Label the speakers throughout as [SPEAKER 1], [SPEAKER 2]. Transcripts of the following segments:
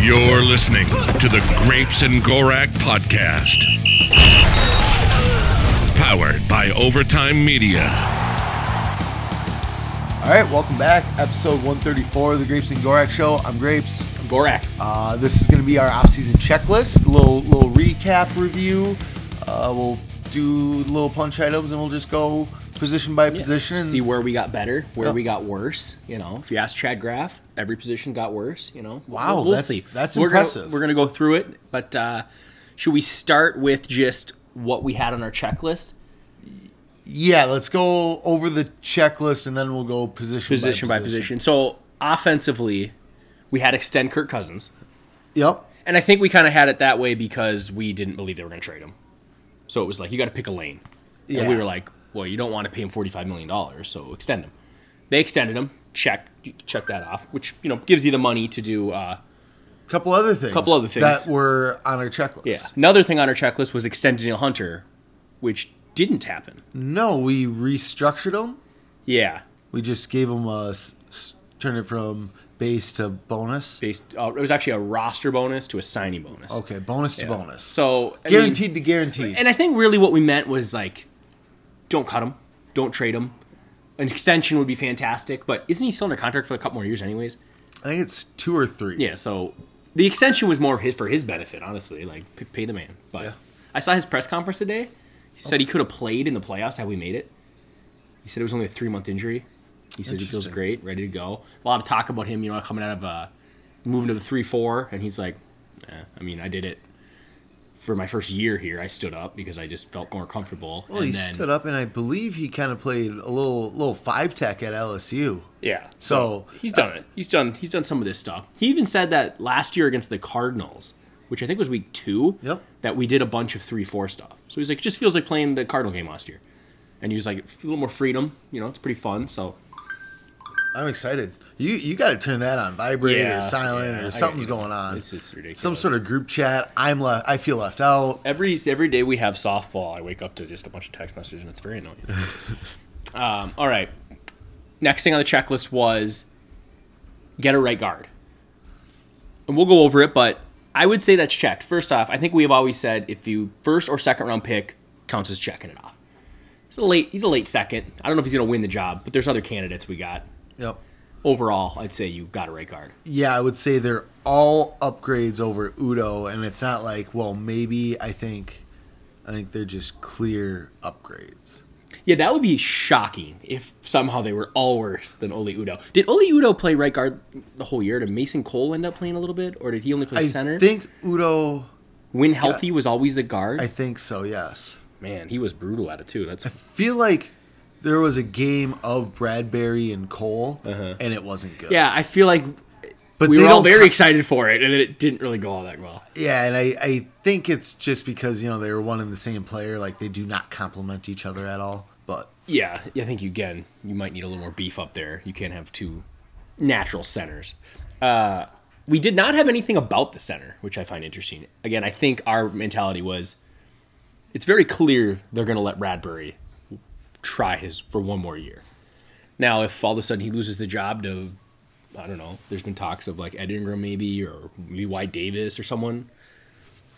[SPEAKER 1] You're listening to the Grapes and Gorak podcast, powered by Overtime Media.
[SPEAKER 2] All right, welcome back. Episode 134 of the Grapes and Gorak Show. I'm Grapes.
[SPEAKER 3] Gorak.
[SPEAKER 2] Uh, this is going to be our off-season checklist, little little recap review. Uh, we'll do little punch items, and we'll just go position by position. and-
[SPEAKER 3] See where we got better, where
[SPEAKER 2] Yeah.
[SPEAKER 3] we got worse. You know, if you ask Chad Graff, every position got worse. You know,
[SPEAKER 2] Wow,
[SPEAKER 3] We'll- we'll
[SPEAKER 2] that's-
[SPEAKER 3] see.
[SPEAKER 2] that's
[SPEAKER 3] we're gonna-
[SPEAKER 2] impressive.
[SPEAKER 3] we're gonna go through it, but uh, should we start with just what we had on our checklist,
[SPEAKER 2] yeah, let's go over the checklist, and then we'll go position
[SPEAKER 3] position by, position? So offensively, we had extend Kirk Cousins,
[SPEAKER 2] Yep.
[SPEAKER 3] and I think we kind of had it that way because we didn't believe they were gonna trade him. So it was like you got to pick a lane,
[SPEAKER 2] Yeah.
[SPEAKER 3] and we were like, well, you don't want to pay him forty five million dollars, so extend him. They extended him. Check, check that off, which you know gives you the money to do. Uh,
[SPEAKER 2] couple other things.
[SPEAKER 3] Couple other things.
[SPEAKER 2] that were on our checklist.
[SPEAKER 3] Yeah. Another thing on our checklist was extend Daniel Hunter, which didn't happen.
[SPEAKER 2] No, we restructured them.
[SPEAKER 3] Yeah.
[SPEAKER 2] We just gave them a s- s- turn it from base to bonus.
[SPEAKER 3] Based, uh, it was actually a roster bonus to a signing bonus.
[SPEAKER 2] Okay, bonus to
[SPEAKER 3] Yeah.
[SPEAKER 2] bonus.
[SPEAKER 3] So I
[SPEAKER 2] guaranteed
[SPEAKER 3] mean-
[SPEAKER 2] to guaranteed.
[SPEAKER 3] and I think really what we meant was like, don't cut him, don't trade him. An extension would be fantastic, but isn't he still under contract for a couple more years, anyways?
[SPEAKER 2] I think it's two or three.
[SPEAKER 3] Yeah. So the extension was more hit for his benefit, honestly. Like p- pay the man. But
[SPEAKER 2] Yeah. Oh.
[SPEAKER 3] I saw his press conference today. He said he could have played in the playoffs had we made it. He said it was only a three month injury. He says he feels
[SPEAKER 2] Interesting.
[SPEAKER 3] great, ready to go. A lot of talk about him, you know, coming out of uh, moving to the three four, and he's like, eh, I mean, I did it for my first year here. I stood up because I just felt more comfortable.
[SPEAKER 2] Well, he stood up, and I believe he kind of played a little little five tech at LSU.
[SPEAKER 3] Yeah.
[SPEAKER 2] So
[SPEAKER 3] He's done it. He's done. He's done some of this stuff. He even said that last year against the Cardinals, which I think was week two.
[SPEAKER 2] Yep.
[SPEAKER 3] That we did a bunch of three four stuff. So he's like, it just feels like playing the Cardinal game last year, and he was like, a little more freedom. You know, it's pretty fun. So
[SPEAKER 2] I'm excited. You you got to turn that on vibrate
[SPEAKER 3] Yeah,
[SPEAKER 2] or silent
[SPEAKER 3] yeah, I
[SPEAKER 2] or something's
[SPEAKER 3] got you.
[SPEAKER 2] going on.
[SPEAKER 3] It's just ridiculous.
[SPEAKER 2] Some sort of group chat. I'm left. I feel left out.
[SPEAKER 3] every every day we have softball, I wake up to just a bunch of text messages, and it's very annoying. um, all right. Next thing on the checklist was get a right guard, and we'll go over it. But I would say that's checked. First off, I think we have always said if you first or second round pick counts as checking it off. He's a late. He's a late second. I don't know if he's going to win the job, but there's other candidates we got.
[SPEAKER 2] Yep.
[SPEAKER 3] Overall, I'd say you got a right guard.
[SPEAKER 2] Yeah, I would say they're all upgrades over Udo, and it's not like well maybe I think, I think they're just clear upgrades.
[SPEAKER 3] Yeah, that would be shocking if somehow they were all worse than Ole Udo. Did Ole Udo play right guard the whole year? Did Mason Cole end up playing a little bit, or did he only play
[SPEAKER 2] I
[SPEAKER 3] center?
[SPEAKER 2] think Udo.
[SPEAKER 3] when healthy was always the guard.
[SPEAKER 2] I think so. Yes.
[SPEAKER 3] Man, he was brutal at it too. That's
[SPEAKER 2] Feel like there was a game of Bradbury and Cole, and it wasn't good.
[SPEAKER 3] yeah. I feel like
[SPEAKER 2] but
[SPEAKER 3] we
[SPEAKER 2] they
[SPEAKER 3] were all
[SPEAKER 2] don't
[SPEAKER 3] very
[SPEAKER 2] co-
[SPEAKER 3] excited for it, and then it didn't really go all that well.
[SPEAKER 2] Yeah, and I, I think it's just because, you know, they were one and the same player. Like, they do not complement each other at all. But
[SPEAKER 3] Yeah, I think you again you might need a little more beef up there. You can't have two natural centers. Uh, we did not have anything about the center, which I find interesting. Again, I think our mentality was it's very clear they're going to let Radbury try his for one more year. Now, if all of a sudden he loses the job to, I don't know, there's been talks of like Ed Ingram maybe or maybe Y Davis or someone,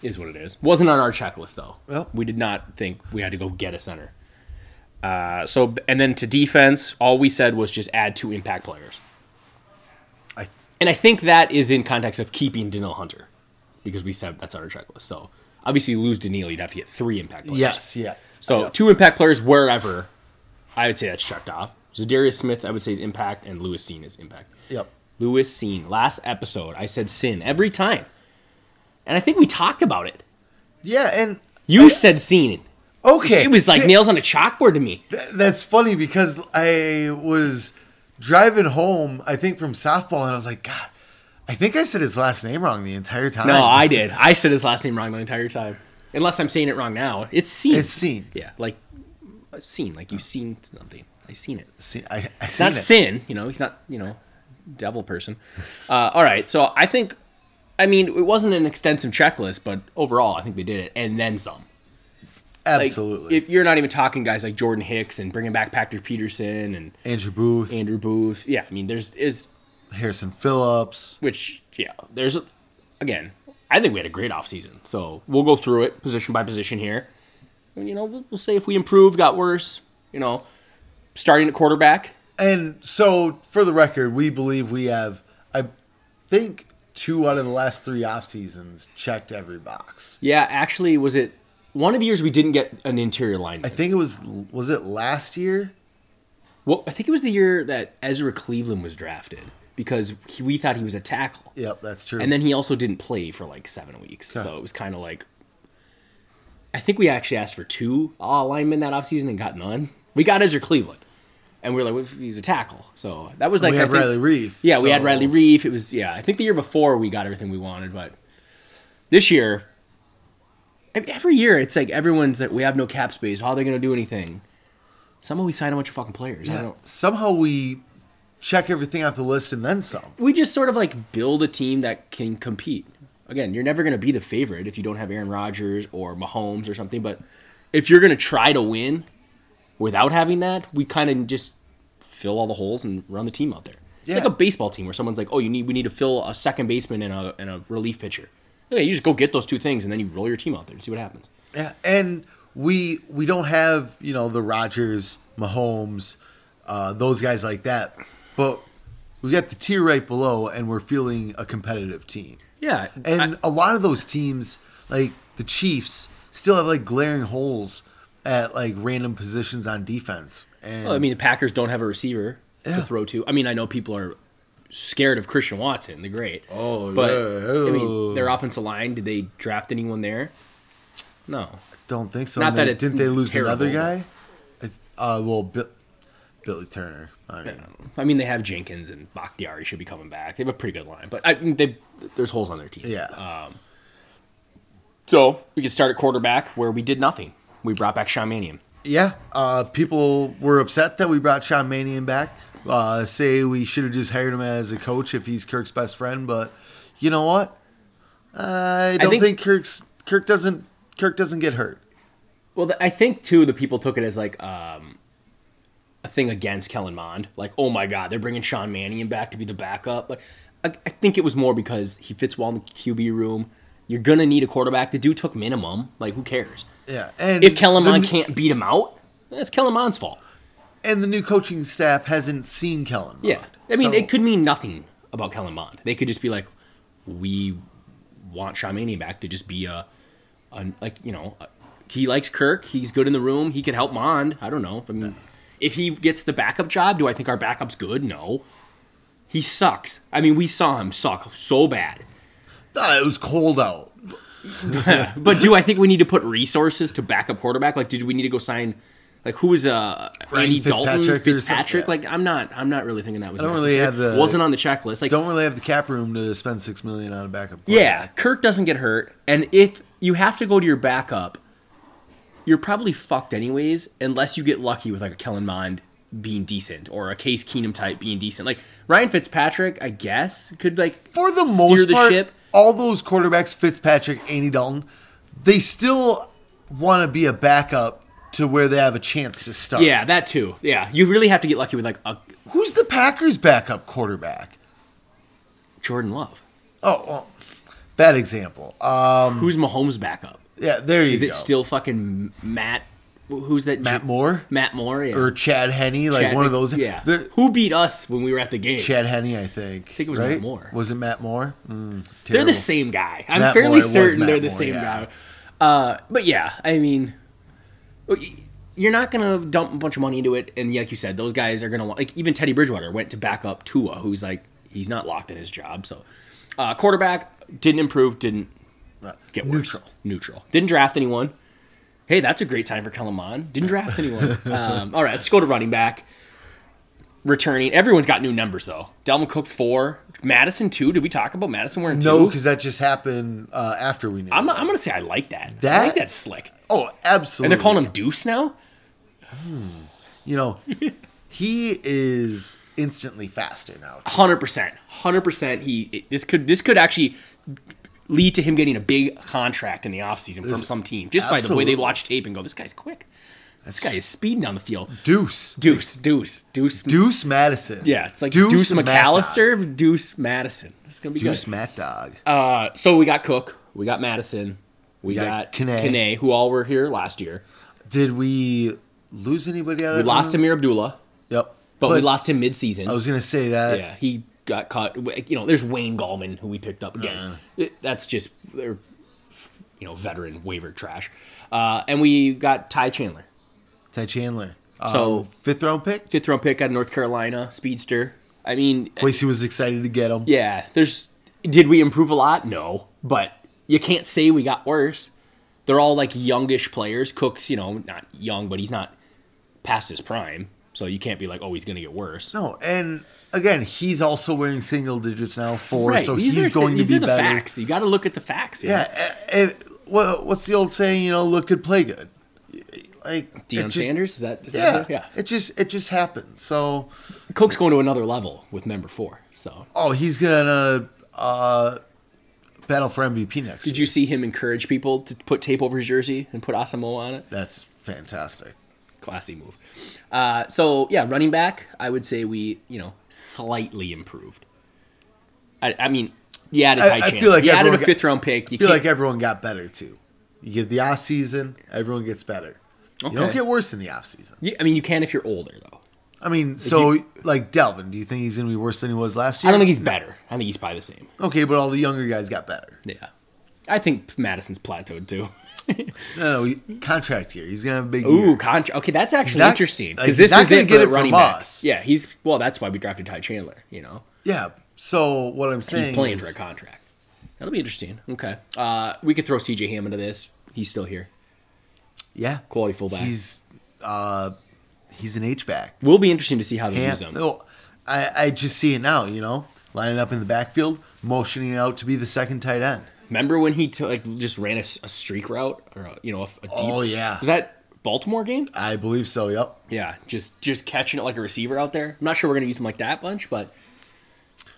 [SPEAKER 3] is what it is. Wasn't on our checklist though.
[SPEAKER 2] Well-
[SPEAKER 3] we did not think we had to go get a center. Uh, so and then to defense, all we said was just add two impact players,
[SPEAKER 2] I,
[SPEAKER 3] and I think that is in context of keeping Daniel Hunter, because we said that's on our checklist. So obviously, you lose Daniil, you'd have to get three impact players.
[SPEAKER 2] yes, yeah.
[SPEAKER 3] So two impact players wherever, I would say that's checked off. Zadarius Smith, I would say is impact, and Lewis Seen is impact.
[SPEAKER 2] Yep.
[SPEAKER 3] Lewis Seen. Last episode, I said Sin every time, and I think we talked about it.
[SPEAKER 2] Yeah, and.
[SPEAKER 3] You said Seen.
[SPEAKER 2] Okay.
[SPEAKER 3] It was like
[SPEAKER 2] see,
[SPEAKER 3] nails on a chalkboard to me.
[SPEAKER 2] th- that's funny because I was driving home, I think, from softball, and I was like, God, I think I said his last name wrong the entire time.
[SPEAKER 3] No, I did. I said his last name wrong the entire time. Unless I'm saying it wrong now. It's seen.
[SPEAKER 2] It's seen.
[SPEAKER 3] Yeah, like seen. Like you've seen something. I seen it. It's
[SPEAKER 2] See, I, I
[SPEAKER 3] not
[SPEAKER 2] seen it.
[SPEAKER 3] sin. You know, he's not. You know, devil person. Uh, all right. So I think. I mean, it wasn't an extensive checklist, but overall, I think they did it, and then some. Like,
[SPEAKER 2] Absolutely.
[SPEAKER 3] If you're not even talking guys like Jordan Hicks and bringing back Patrick Peterson and
[SPEAKER 2] Andrew Booth.
[SPEAKER 3] Andrew Booth. Yeah, I mean, there's is
[SPEAKER 2] Harrison Phillips.
[SPEAKER 3] which yeah, there's a- again, I think we had a great offseason. So we'll go through it position by position here. And, you know, we'll, we'll say if we improved, got worse. You know, starting at quarterback.
[SPEAKER 2] And so, for the record, we believe we have, I think, two out of the last three off seasons checked every box.
[SPEAKER 3] Yeah, actually, was it one of the years we didn't get an interior line?
[SPEAKER 2] I think it was was it last year?
[SPEAKER 3] well, I think it was the year that Ezra Cleveland was drafted because he, we thought he was a tackle,
[SPEAKER 2] Yep, that's true.
[SPEAKER 3] and then he also didn't play for like seven weeks. So it was kind of like. I think we actually asked for two all linemen that offseason and got none. We got Ezra Cleveland, and we were like, well, he's a tackle. So that was like
[SPEAKER 2] we
[SPEAKER 3] I
[SPEAKER 2] have
[SPEAKER 3] think-
[SPEAKER 2] Riley Reef.
[SPEAKER 3] Yeah, we had
[SPEAKER 2] so-
[SPEAKER 3] Riley Reef. It was yeah. I think the year before we got everything we wanted, but this year, I mean, every year it's like everyone's like, we have no cap space. How are they going to do anything? Somehow we sign a bunch of fucking players. I
[SPEAKER 2] Yeah,
[SPEAKER 3] don't.
[SPEAKER 2] somehow we check everything off the list and then some.
[SPEAKER 3] We just sort of like build a team that can compete. Again, you're never going to be the favorite if you don't have Aaron Rodgers or Mahomes or something. But if you're going to try to win without having that, we kind of just fill all the holes and run the team out there. It's
[SPEAKER 2] Yeah.
[SPEAKER 3] like a baseball team where someone's like, "Oh, you need we need to fill a second baseman and a and a relief pitcher." Yeah, you just go get those two things and then you roll your team out there and see what happens.
[SPEAKER 2] Yeah, and we we don't have you know the Rogers, Mahomes, uh, those guys like that, but we got the tier right below, and we're feeling a competitive team.
[SPEAKER 3] Yeah,
[SPEAKER 2] And a lot of those teams, like the Chiefs, still have like glaring holes at like random positions on defense. And
[SPEAKER 3] Well, I mean, the Packers don't have a receiver
[SPEAKER 2] Yeah.
[SPEAKER 3] to throw to. I mean, I know people are scared of Christian Watson, the great.
[SPEAKER 2] Oh,
[SPEAKER 3] but
[SPEAKER 2] yeah.
[SPEAKER 3] I mean, their offensive line. Did they draft anyone there? No.
[SPEAKER 2] don't think so.
[SPEAKER 3] not
[SPEAKER 2] And
[SPEAKER 3] that
[SPEAKER 2] they-
[SPEAKER 3] it's
[SPEAKER 2] didn't they lose
[SPEAKER 3] terrible,
[SPEAKER 2] another
[SPEAKER 3] but-
[SPEAKER 2] guy? Uh, well, Bi- Billy Turner. I mean,
[SPEAKER 3] I mean, they have Jenkins and Bakhtiari should be coming back. They have a pretty good line, but I mean, they there's holes on their team.
[SPEAKER 2] yeah.
[SPEAKER 3] So we could start at quarterback where we did nothing. We brought back Sean Mannion.
[SPEAKER 2] Yeah, uh, people were upset that we brought Sean Manion back. Uh, say we should have just hired him as a coach if he's Kirk's best friend, but you know what? I don't
[SPEAKER 3] think-
[SPEAKER 2] think, Kirk's Kirk doesn't Kirk doesn't get hurt.
[SPEAKER 3] Well, th- I think too the people took it as like um, a thing against Kellen Mond. Like, oh my God, they're bringing Sean Mannion back to be the backup. Like, I, I think it was more because he fits well in the QB room. You're gonna need a quarterback. The dude took minimum. Like, who cares?
[SPEAKER 2] Yeah, and
[SPEAKER 3] If Kellen
[SPEAKER 2] the
[SPEAKER 3] Mond
[SPEAKER 2] new-
[SPEAKER 3] can't beat him out, that's Kellen Mond's fault.
[SPEAKER 2] and the new coaching staff hasn't seen Kellen. Mond.
[SPEAKER 3] Yeah, I mean,
[SPEAKER 2] So-
[SPEAKER 3] it could mean nothing about Kellen Mond. They could just be like, we want Sean Mannion back to just be a, a like you know, a- he likes Kirk. He's good in the room. He can help Mond. I don't know. I mean, if he gets the backup job, do I think our backup's good? No. He sucks. I mean, we saw him suck so bad.
[SPEAKER 2] Ah, it was cold out.
[SPEAKER 3] But do I think we need to put resources to backup quarterback? Like, did we need to go sign? Like who was uh
[SPEAKER 2] Ryan
[SPEAKER 3] Andy Dalton
[SPEAKER 2] Fitzpatrick or
[SPEAKER 3] Fitzpatrick?
[SPEAKER 2] something?
[SPEAKER 3] Like I'm not I'm not really thinking that was
[SPEAKER 2] don't really
[SPEAKER 3] necessary.
[SPEAKER 2] have the-
[SPEAKER 3] wasn't on the checklist. Like
[SPEAKER 2] Don't really have the cap room to spend six million on a backup.
[SPEAKER 3] Yeah, Kirk doesn't get hurt, and if you have to go to your backup, you're probably fucked anyways, unless you get lucky with like a Kellen Mond being decent or a Case Keenum type being decent. Like Ryan Fitzpatrick, I guess, could like
[SPEAKER 2] for the
[SPEAKER 3] steer
[SPEAKER 2] most
[SPEAKER 3] the
[SPEAKER 2] part,
[SPEAKER 3] ship.
[SPEAKER 2] all those quarterbacks, Fitzpatrick, Andy Dalton, they still want to be a backup to where they have a chance to start.
[SPEAKER 3] Yeah, that too. Yeah, you really have to get lucky with like a
[SPEAKER 2] Who's the Packers' backup quarterback?
[SPEAKER 3] Jordan Love.
[SPEAKER 2] Oh, well, bad example. Uh,
[SPEAKER 3] Who's Mahomes' backup?
[SPEAKER 2] yeah, there you
[SPEAKER 3] Is
[SPEAKER 2] go.
[SPEAKER 3] it still fucking Matt? Who's that?
[SPEAKER 2] Matt Moore
[SPEAKER 3] Matt Moore. Yeah.
[SPEAKER 2] or Chad Henney? Like
[SPEAKER 3] Chad-
[SPEAKER 2] one of those.
[SPEAKER 3] Yeah.
[SPEAKER 2] They're-
[SPEAKER 3] Who beat us when we were at the game?
[SPEAKER 2] Chad Henney, I think. I
[SPEAKER 3] think it was Matt Moore.
[SPEAKER 2] Was it Matt Moore? Mm,
[SPEAKER 3] They're
[SPEAKER 2] terrible.
[SPEAKER 3] the same guy. I'm
[SPEAKER 2] Matt Moore,
[SPEAKER 3] fairly
[SPEAKER 2] it was
[SPEAKER 3] certain
[SPEAKER 2] Matt
[SPEAKER 3] they're the
[SPEAKER 2] Moore,
[SPEAKER 3] same
[SPEAKER 2] yeah.
[SPEAKER 3] guy. Uh, but yeah, I mean, you're not gonna dump a bunch of money into it, and like you said, those guys are gonna want. Like even Teddy Bridgewater went to back up Tua, who's like he's not locked in his job. So uh, quarterback didn't improve, didn't get worse.
[SPEAKER 2] Uh, Neutral.
[SPEAKER 3] Neutral. Didn't draft anyone. Hey, that's a great time for Kellerman. Didn't draft anyone. um, all right, let's go to running back. Returning, everyone's got new numbers though. Delvin Cook four, Madison two. Did we talk about Madison wearing two?
[SPEAKER 2] No, because that just happened uh, after we knew.
[SPEAKER 3] I'm, I'm gonna say I like that. I
[SPEAKER 2] That-
[SPEAKER 3] like that's slick.
[SPEAKER 2] oh, absolutely.
[SPEAKER 3] And they're calling him Deuce now.
[SPEAKER 2] You know, he is instantly faster now.
[SPEAKER 3] Hundred percent, hundred percent. He it- this could this could actually lead to him getting a big contract in the offseason from some team just by the way they
[SPEAKER 2] Absolutely.
[SPEAKER 3] watch tape and go, this guy's quick. This guy is speeding down the field.
[SPEAKER 2] Deuce.
[SPEAKER 3] Deuce, Deuce, Deuce.
[SPEAKER 2] Deuce Madison.
[SPEAKER 3] yeah, it's like Deuce,
[SPEAKER 2] Matt
[SPEAKER 3] McAllister, Deuce Madison. It's gonna be
[SPEAKER 2] Dog. Deuce
[SPEAKER 3] good.
[SPEAKER 2] Matt Dog.
[SPEAKER 3] Uh, so we got Cook, we got Madison, we
[SPEAKER 2] got
[SPEAKER 3] got,
[SPEAKER 2] Kane.
[SPEAKER 3] Kane, who all were here last year.
[SPEAKER 2] Did we lose anybody out
[SPEAKER 3] We
[SPEAKER 2] of
[SPEAKER 3] lost Amir Abdullah,
[SPEAKER 2] Yep.
[SPEAKER 3] Uh-huh. but, we lost him midseason.
[SPEAKER 2] I was going to say that.
[SPEAKER 3] yeah, he got caught. You know, there's Wayne Gallman, who we picked up again. It- That's just, they're, you know, veteran waiver trash. Uh, and we got Ty Chandler,
[SPEAKER 2] Ty Chandler.
[SPEAKER 3] So-
[SPEAKER 2] Um, fifth round pick.
[SPEAKER 3] fifth round pick out of North Carolina, speedster. I mean,
[SPEAKER 2] Lacey was excited to get him.
[SPEAKER 3] yeah, there's. Did we improve a lot? No, but you can't say we got worse. They're all like youngish players. Cook's, you know, not young, but he's not past his prime, so you can't be like, oh, he's gonna get worse.
[SPEAKER 2] No, and again, he's also wearing single digits now, four,
[SPEAKER 3] right,
[SPEAKER 2] so
[SPEAKER 3] these
[SPEAKER 2] he's
[SPEAKER 3] are,
[SPEAKER 2] going
[SPEAKER 3] these
[SPEAKER 2] to be
[SPEAKER 3] are the
[SPEAKER 2] better.
[SPEAKER 3] facts. You got to look at the facts.
[SPEAKER 2] Yeah. eh, eh, well, what's the old saying? You know, look good, play good. Like it
[SPEAKER 3] Deion
[SPEAKER 2] just-
[SPEAKER 3] Sanders is that? Is
[SPEAKER 2] Yeah,
[SPEAKER 3] that yeah.
[SPEAKER 2] It just it just happens. So,
[SPEAKER 3] Cook's going to another level with member four. So
[SPEAKER 2] oh, he's gonna uh, battle for MVP next.
[SPEAKER 3] did
[SPEAKER 2] year.
[SPEAKER 3] you see him encourage people to put tape over his jersey and put Asamoah on it?
[SPEAKER 2] That's fantastic.
[SPEAKER 3] Classy move. Uh, so yeah, running back, I would say we you know slightly improved. I, I mean, you added
[SPEAKER 2] I-
[SPEAKER 3] Ty
[SPEAKER 2] I
[SPEAKER 3] Chandler.
[SPEAKER 2] feel like
[SPEAKER 3] you added a
[SPEAKER 2] everyone got-
[SPEAKER 3] fifth round pick. You
[SPEAKER 2] I feel
[SPEAKER 3] can't,
[SPEAKER 2] like everyone got better too. You get the off season, everyone gets better. You don't
[SPEAKER 3] Okay.
[SPEAKER 2] get worse in the off season.
[SPEAKER 3] you- I mean, you can if you're older though.
[SPEAKER 2] I mean, so like Delvin, do you think he's gonna be worse than he was last year?
[SPEAKER 3] I don't think he's better. I think he's probably the same.
[SPEAKER 2] Okay, but all the younger guys got better.
[SPEAKER 3] Yeah, I think Madison's plateaued too.
[SPEAKER 2] No, no, he, contract year. He's gonna have a big
[SPEAKER 3] Ooh,
[SPEAKER 2] year.
[SPEAKER 3] contra- okay, that's actually
[SPEAKER 2] not-
[SPEAKER 3] interesting
[SPEAKER 2] like, he's
[SPEAKER 3] because this
[SPEAKER 2] not
[SPEAKER 3] is
[SPEAKER 2] gonna
[SPEAKER 3] it
[SPEAKER 2] get
[SPEAKER 3] for
[SPEAKER 2] it from
[SPEAKER 3] running back.
[SPEAKER 2] us.
[SPEAKER 3] Yeah, he's well. That's why we drafted Ty Chandler. You know,
[SPEAKER 2] Yeah. So what I'm saying,
[SPEAKER 3] he's playing
[SPEAKER 2] is,
[SPEAKER 3] for a contract. That'll be interesting. Okay, uh, we could throw C.J. Ham into this. He's still here.
[SPEAKER 2] yeah,
[SPEAKER 3] Quality fullback.
[SPEAKER 2] he's uh, he's an H back.
[SPEAKER 3] Will be interesting to see how they
[SPEAKER 2] Yeah.
[SPEAKER 3] use them.
[SPEAKER 2] No, I I just see it now. You know, lining up in the backfield, motioning out to be the second tight end.
[SPEAKER 3] Remember when he took like just ran a, s- a streak route or a, you know a, f- a deep?
[SPEAKER 2] Oh, yeah.
[SPEAKER 3] was that Baltimore game?
[SPEAKER 2] I believe so. Yep.
[SPEAKER 3] Yeah, just just catching it like a receiver out there. I'm not sure we're gonna use him like that bunch, but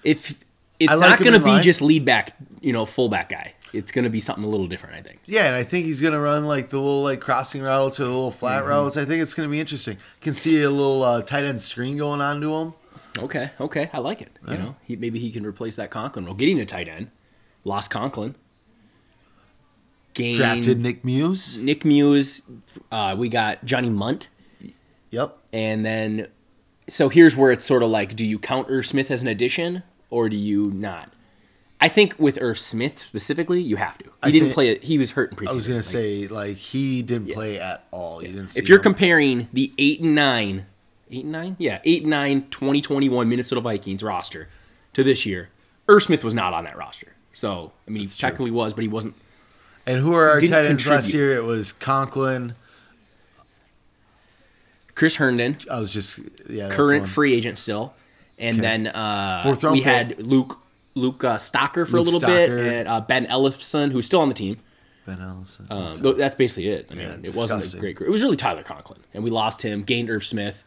[SPEAKER 3] if it's
[SPEAKER 2] I like
[SPEAKER 3] not
[SPEAKER 2] him
[SPEAKER 3] gonna
[SPEAKER 2] in
[SPEAKER 3] be
[SPEAKER 2] line.
[SPEAKER 3] just lead back, you know, fullback guy. It's gonna be something a little different, I think.
[SPEAKER 2] Yeah, and I think he's gonna run like the little like crossing routes or the little flat
[SPEAKER 3] Mm-hmm.
[SPEAKER 2] routes. I think it's gonna be interesting. Can see a little uh, tight end screen going on to him.
[SPEAKER 3] Okay, okay, I like it. You know, he, maybe he can replace that Conklin role. Getting a tight end, lost Conklin. Gained
[SPEAKER 2] Drafted Nick Muse.
[SPEAKER 3] Nick Muse. Uh, we got Johnny Munt.
[SPEAKER 2] Yep.
[SPEAKER 3] And then, so here's where it's sort of like, do you count Irv Smith as an addition or do you not? I think with Irv Smith specifically, you have to. He
[SPEAKER 2] I
[SPEAKER 3] didn't
[SPEAKER 2] think-
[SPEAKER 3] play it. He was hurt in preseason.
[SPEAKER 2] I was gonna
[SPEAKER 3] Like,
[SPEAKER 2] say like he didn't play at all. You didn't. See
[SPEAKER 3] if you're
[SPEAKER 2] him.
[SPEAKER 3] comparing the eight and nine, eight and nine, yeah, eight and nine 2021 Minnesota Vikings roster to this year, Irv Smith was not on that roster. So I mean, he technically was, but he wasn't.
[SPEAKER 2] and who are our
[SPEAKER 3] didn't
[SPEAKER 2] tight ends last
[SPEAKER 3] contribute.
[SPEAKER 2] year? It was Conklin.
[SPEAKER 3] Chris Herndon,
[SPEAKER 2] I was just yeah. that's
[SPEAKER 3] current
[SPEAKER 2] the one.
[SPEAKER 3] free agent still, and then uh,
[SPEAKER 2] Fourth round
[SPEAKER 3] we
[SPEAKER 2] pick.
[SPEAKER 3] had Luke Luke uh, Stocker for
[SPEAKER 2] Luke
[SPEAKER 3] a little
[SPEAKER 2] Stocker.
[SPEAKER 3] bit, and uh, Ben Ellison, who's still on the team.
[SPEAKER 2] Ben Ellison.
[SPEAKER 3] Um, tho- That's basically it. I mean, it wasn't a
[SPEAKER 2] disgusting.
[SPEAKER 3] great group. It was really Tyler Conklin, and we lost him, gained Irv Smith,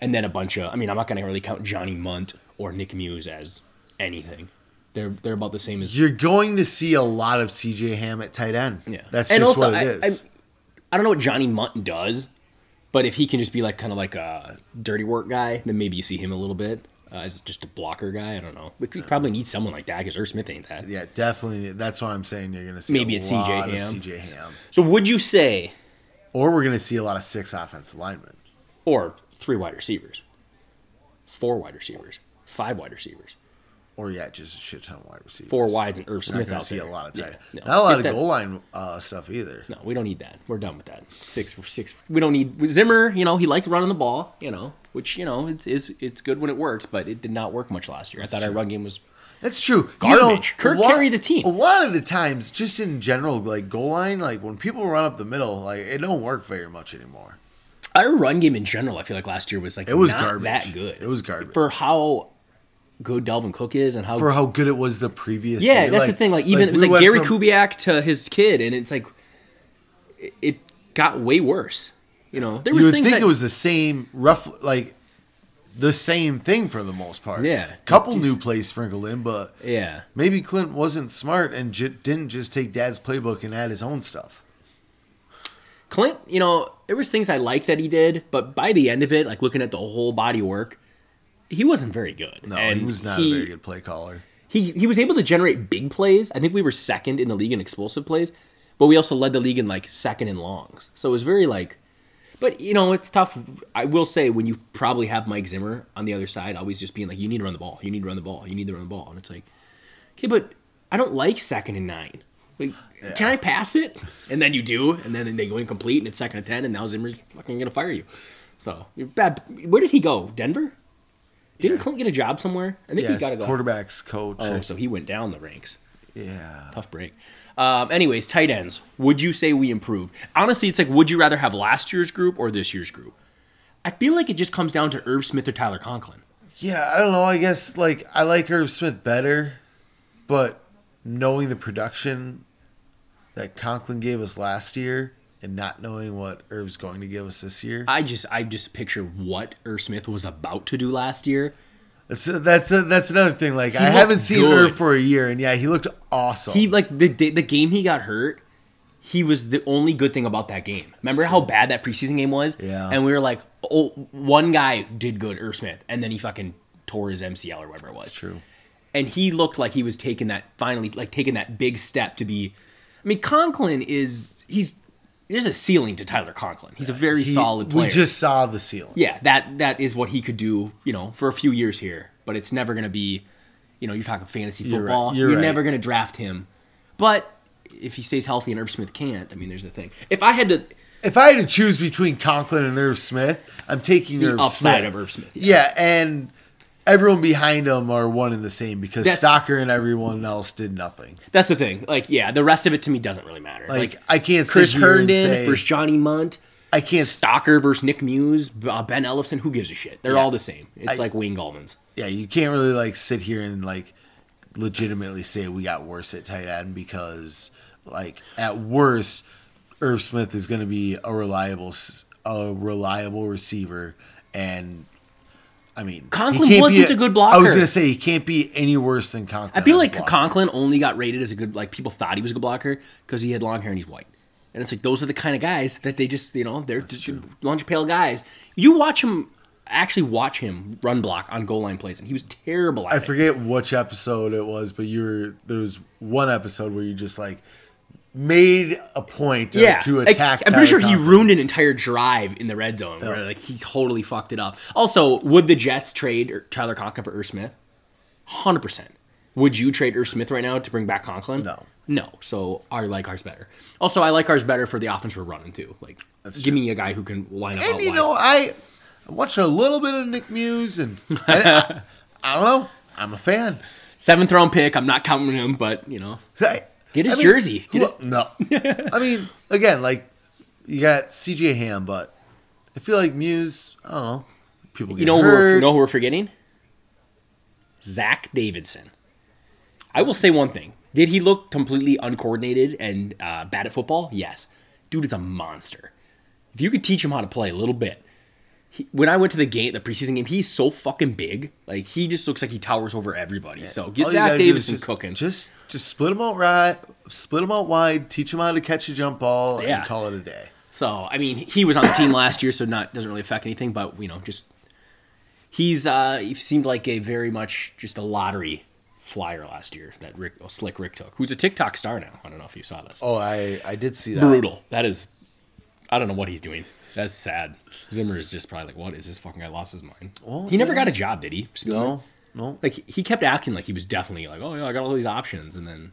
[SPEAKER 3] and then a bunch of. I mean, I'm not going to really count Johnny Munt or Nick Muse as anything. They're they're about the same as
[SPEAKER 2] you're going to see a lot of CJ Ham at tight end.
[SPEAKER 3] yeah.
[SPEAKER 2] that's
[SPEAKER 3] and
[SPEAKER 2] just
[SPEAKER 3] also,
[SPEAKER 2] what it
[SPEAKER 3] I,
[SPEAKER 2] is.
[SPEAKER 3] I, I don't know what Johnny Munt does, but if he can just be like kind of like a dirty work guy, then maybe you see him a little bit uh, as just a blocker guy. I don't know. We, we probably need someone like that because Irv Smith ain't that.
[SPEAKER 2] yeah, definitely. That's what I'm saying. You're going to see
[SPEAKER 3] Maybe
[SPEAKER 2] a
[SPEAKER 3] it's
[SPEAKER 2] lot
[SPEAKER 3] C.J.
[SPEAKER 2] of
[SPEAKER 3] Ham.
[SPEAKER 2] CJ Ham,
[SPEAKER 3] So would you say
[SPEAKER 2] or we're going to see a lot of six offensive linemen.
[SPEAKER 3] or three wide receivers, four wide receivers, five wide receivers?
[SPEAKER 2] Or yeah, just a shit ton of wide receivers.
[SPEAKER 3] four wides and Irv
[SPEAKER 2] You're not
[SPEAKER 3] Smith
[SPEAKER 2] going
[SPEAKER 3] out
[SPEAKER 2] to see
[SPEAKER 3] there.
[SPEAKER 2] a lot of tight.
[SPEAKER 3] Yeah, no.
[SPEAKER 2] Not a lot
[SPEAKER 3] Get
[SPEAKER 2] of
[SPEAKER 3] that-
[SPEAKER 2] goal line uh, stuff either.
[SPEAKER 3] No, we don't need that. We're done with that. Six, six. We don't need Zimmer. You know, he liked running the ball. You know, which you know it's is it's good when it works, but it did not work much last year. I thought our run game was.
[SPEAKER 2] That's true.
[SPEAKER 3] Garbage. Kirk carried the team.
[SPEAKER 2] A lot of the times, just in general, like goal line, like when people run up the middle, like it don't work very much anymore.
[SPEAKER 3] Our run game in general, I feel like last year was like
[SPEAKER 2] It was
[SPEAKER 3] not
[SPEAKER 2] garbage.
[SPEAKER 3] that good.
[SPEAKER 2] It was garbage.
[SPEAKER 3] for how good Delvin Cook is and how
[SPEAKER 2] For how good it was the previous.
[SPEAKER 3] yeah,
[SPEAKER 2] year.
[SPEAKER 3] that's the thing. Like even it was
[SPEAKER 2] we
[SPEAKER 3] like
[SPEAKER 2] went
[SPEAKER 3] Gary
[SPEAKER 2] from-
[SPEAKER 3] Kubiak to his kid, and it's like it, it got way worse. You know, there was
[SPEAKER 2] You would
[SPEAKER 3] things
[SPEAKER 2] think
[SPEAKER 3] that
[SPEAKER 2] it was the same, rough, like the same thing for the most part.
[SPEAKER 3] Yeah.
[SPEAKER 2] couple new plays sprinkled in, but
[SPEAKER 3] yeah.
[SPEAKER 2] maybe Clint wasn't smart and j- didn't just take Dad's playbook and add his own stuff.
[SPEAKER 3] Clint, you know, there was things I liked that he did, but by the end of it, like looking at the whole body of work, he wasn't very good.
[SPEAKER 2] No,
[SPEAKER 3] And
[SPEAKER 2] he was not a very good play caller.
[SPEAKER 3] He he was able to generate big plays. I think we were second in the league in explosive plays, but we also led the league in like second in longs. So it was very like, but you know, it's tough. I will say when you probably have Mike Zimmer on the other side, always just being like, you need to run the ball, you need to run the ball, you need to run the ball, and it's like, okay, but I don't like second and nine. Like, Can I pass it? And then you do, and then they go incomplete, and it's second and ten, and now Zimmer's fucking gonna fire you. So you're bad. Where did he go? Denver? Didn't Clint get a job somewhere? I think he
[SPEAKER 2] Yes,
[SPEAKER 3] got to go.
[SPEAKER 2] quarterbacks coach.
[SPEAKER 3] Oh, so he went down the ranks.
[SPEAKER 2] yeah.
[SPEAKER 3] Tough break. Um, anyways, tight ends. Would you say we improve? Honestly, it's like, would you rather have last year's group or this year's group? I feel like it just comes down to Irv Smith or Tyler Conklin.
[SPEAKER 2] Yeah, I don't know. I guess like I like Irv Smith better, but knowing the production that Conklin gave us last year and not knowing what Irv's going to give us this year.
[SPEAKER 3] I just, I just picture what Irv Smith was about to do last year.
[SPEAKER 2] So that's that's another thing. Like I
[SPEAKER 3] looked
[SPEAKER 2] haven't seen
[SPEAKER 3] good.
[SPEAKER 2] Irv for a year, and yeah, he looked awesome.
[SPEAKER 3] He like the day- the game he got hurt. He was the only good thing about that game. Remember how bad that preseason game was?
[SPEAKER 2] Yeah.
[SPEAKER 3] And we were like, oh, one guy did good, Irv Smith, and then he fucking tore his MCL or whatever it was.
[SPEAKER 2] That's true.
[SPEAKER 3] and he looked like he was taking that finally like taking that big step to be I mean Conklin is he's there's a ceiling to Tyler Conklin. He's a very
[SPEAKER 2] He-
[SPEAKER 3] solid player.
[SPEAKER 2] We just saw the ceiling.
[SPEAKER 3] yeah, that that is what he could do, you know, for a few years here, but it's never going to be you know, you're talking fantasy
[SPEAKER 2] You're right,
[SPEAKER 3] football.
[SPEAKER 2] you're right.
[SPEAKER 3] never going to draft him. But if he stays healthy and Herb Smith can't, I mean there's the thing. If I had to
[SPEAKER 2] If I had to choose between Conklin and Irv Smith, I'm taking
[SPEAKER 3] the
[SPEAKER 2] Irv
[SPEAKER 3] upside
[SPEAKER 2] Smith.
[SPEAKER 3] of Herb Smith.
[SPEAKER 2] Yeah, and everyone behind him are one and the same because
[SPEAKER 3] That's-
[SPEAKER 2] Stocker and everyone else did nothing.
[SPEAKER 3] That's the thing. Like yeah, the rest of it to me doesn't really matter.
[SPEAKER 2] Like, I can't sit
[SPEAKER 3] Chris
[SPEAKER 2] here and
[SPEAKER 3] Herndon
[SPEAKER 2] say-
[SPEAKER 3] versus Johnny Munt.
[SPEAKER 2] I can't.
[SPEAKER 3] Stocker versus Nick Muse, uh, Ben Ellison. Who gives a shit? They're all the same. It's like Wayne Gallman's.
[SPEAKER 2] Yeah, you can't really like sit here and like legitimately say we got worse at tight end because like at worst, Irv Smith is going to be a reliable s- a reliable receiver and. I mean, he
[SPEAKER 3] Conklin
[SPEAKER 2] can't be
[SPEAKER 3] wasn't a good blocker.
[SPEAKER 2] I was gonna say he can't be any worse than Conklin.
[SPEAKER 3] I feel
[SPEAKER 2] as a
[SPEAKER 3] like
[SPEAKER 2] blocker.
[SPEAKER 3] Conklin only got rated as a good like people thought he was a good blocker because he had long hair and he's white. And it's like those are the kind of guys that they just you know they're just lunch pale guys. You watch him actually watch him run block on goal line plays and he was terrible. At
[SPEAKER 2] I
[SPEAKER 3] it.
[SPEAKER 2] forget which episode it was, but you were there was one episode where you just like made a point uh,
[SPEAKER 3] yeah,
[SPEAKER 2] to
[SPEAKER 3] like,
[SPEAKER 2] attack.
[SPEAKER 3] I'm pretty
[SPEAKER 2] Tyler
[SPEAKER 3] sure
[SPEAKER 2] Conklin.
[SPEAKER 3] he ruined an entire drive in the red zone where like he totally fucked it up. Also, would the Jets trade Er-, Tyler Conklin for Irv Smith? Hundred percent. Would you trade Irv Smith right now to bring back Conklin?
[SPEAKER 2] No.
[SPEAKER 3] No. So I like ours better. Also, I like ours better for the offense we're running too. Like, give me a guy who can line up. out
[SPEAKER 2] And you
[SPEAKER 3] wide.
[SPEAKER 2] know, I I watched a little bit of Nick Muse, and, and I, I don't know. I'm a fan.
[SPEAKER 3] seventh round pick. I'm not counting him, but you know,
[SPEAKER 2] So I-
[SPEAKER 3] Get his
[SPEAKER 2] I mean,
[SPEAKER 3] jersey. Get
[SPEAKER 2] who-
[SPEAKER 3] his-
[SPEAKER 2] No, I mean, again, like you got CJ Ham, but I feel like Muse. I don't know. People get
[SPEAKER 3] you know, who we're,
[SPEAKER 2] hurt.
[SPEAKER 3] you know who we're forgetting? Zach Davidson. I will say one thing. Did he look completely uncoordinated and uh, bad at football? Yes. Dude is a monster. If you could teach him how to play a little bit. He, when I went to the game, the preseason game, he's so fucking big. Like he just looks like he towers over everybody. So get
[SPEAKER 2] All you
[SPEAKER 3] Zach
[SPEAKER 2] gotta do is
[SPEAKER 3] Davidson
[SPEAKER 2] just,
[SPEAKER 3] cooking.
[SPEAKER 2] Just just split them out right, split them out wide, teach them how to catch a jump ball,
[SPEAKER 3] Yeah.
[SPEAKER 2] and call it a day.
[SPEAKER 3] So I mean, he was on the team last year, so not doesn't really affect anything. But you know, just he's uh, he seemed like a very much just a lottery flyer last year that Rick oh, slick Rick took, who's a TikTok star now. I don't know if you saw this.
[SPEAKER 2] Oh, I I did see that.
[SPEAKER 3] Brutal. That is, I don't know what he's doing. That's sad. Zimmer is just probably like, what is this fucking guy? Lost his mind. he never got a job, did he? Spielberg?
[SPEAKER 2] No, no.
[SPEAKER 3] Like he kept acting like he was definitely like, oh yeah, I got all these options, and then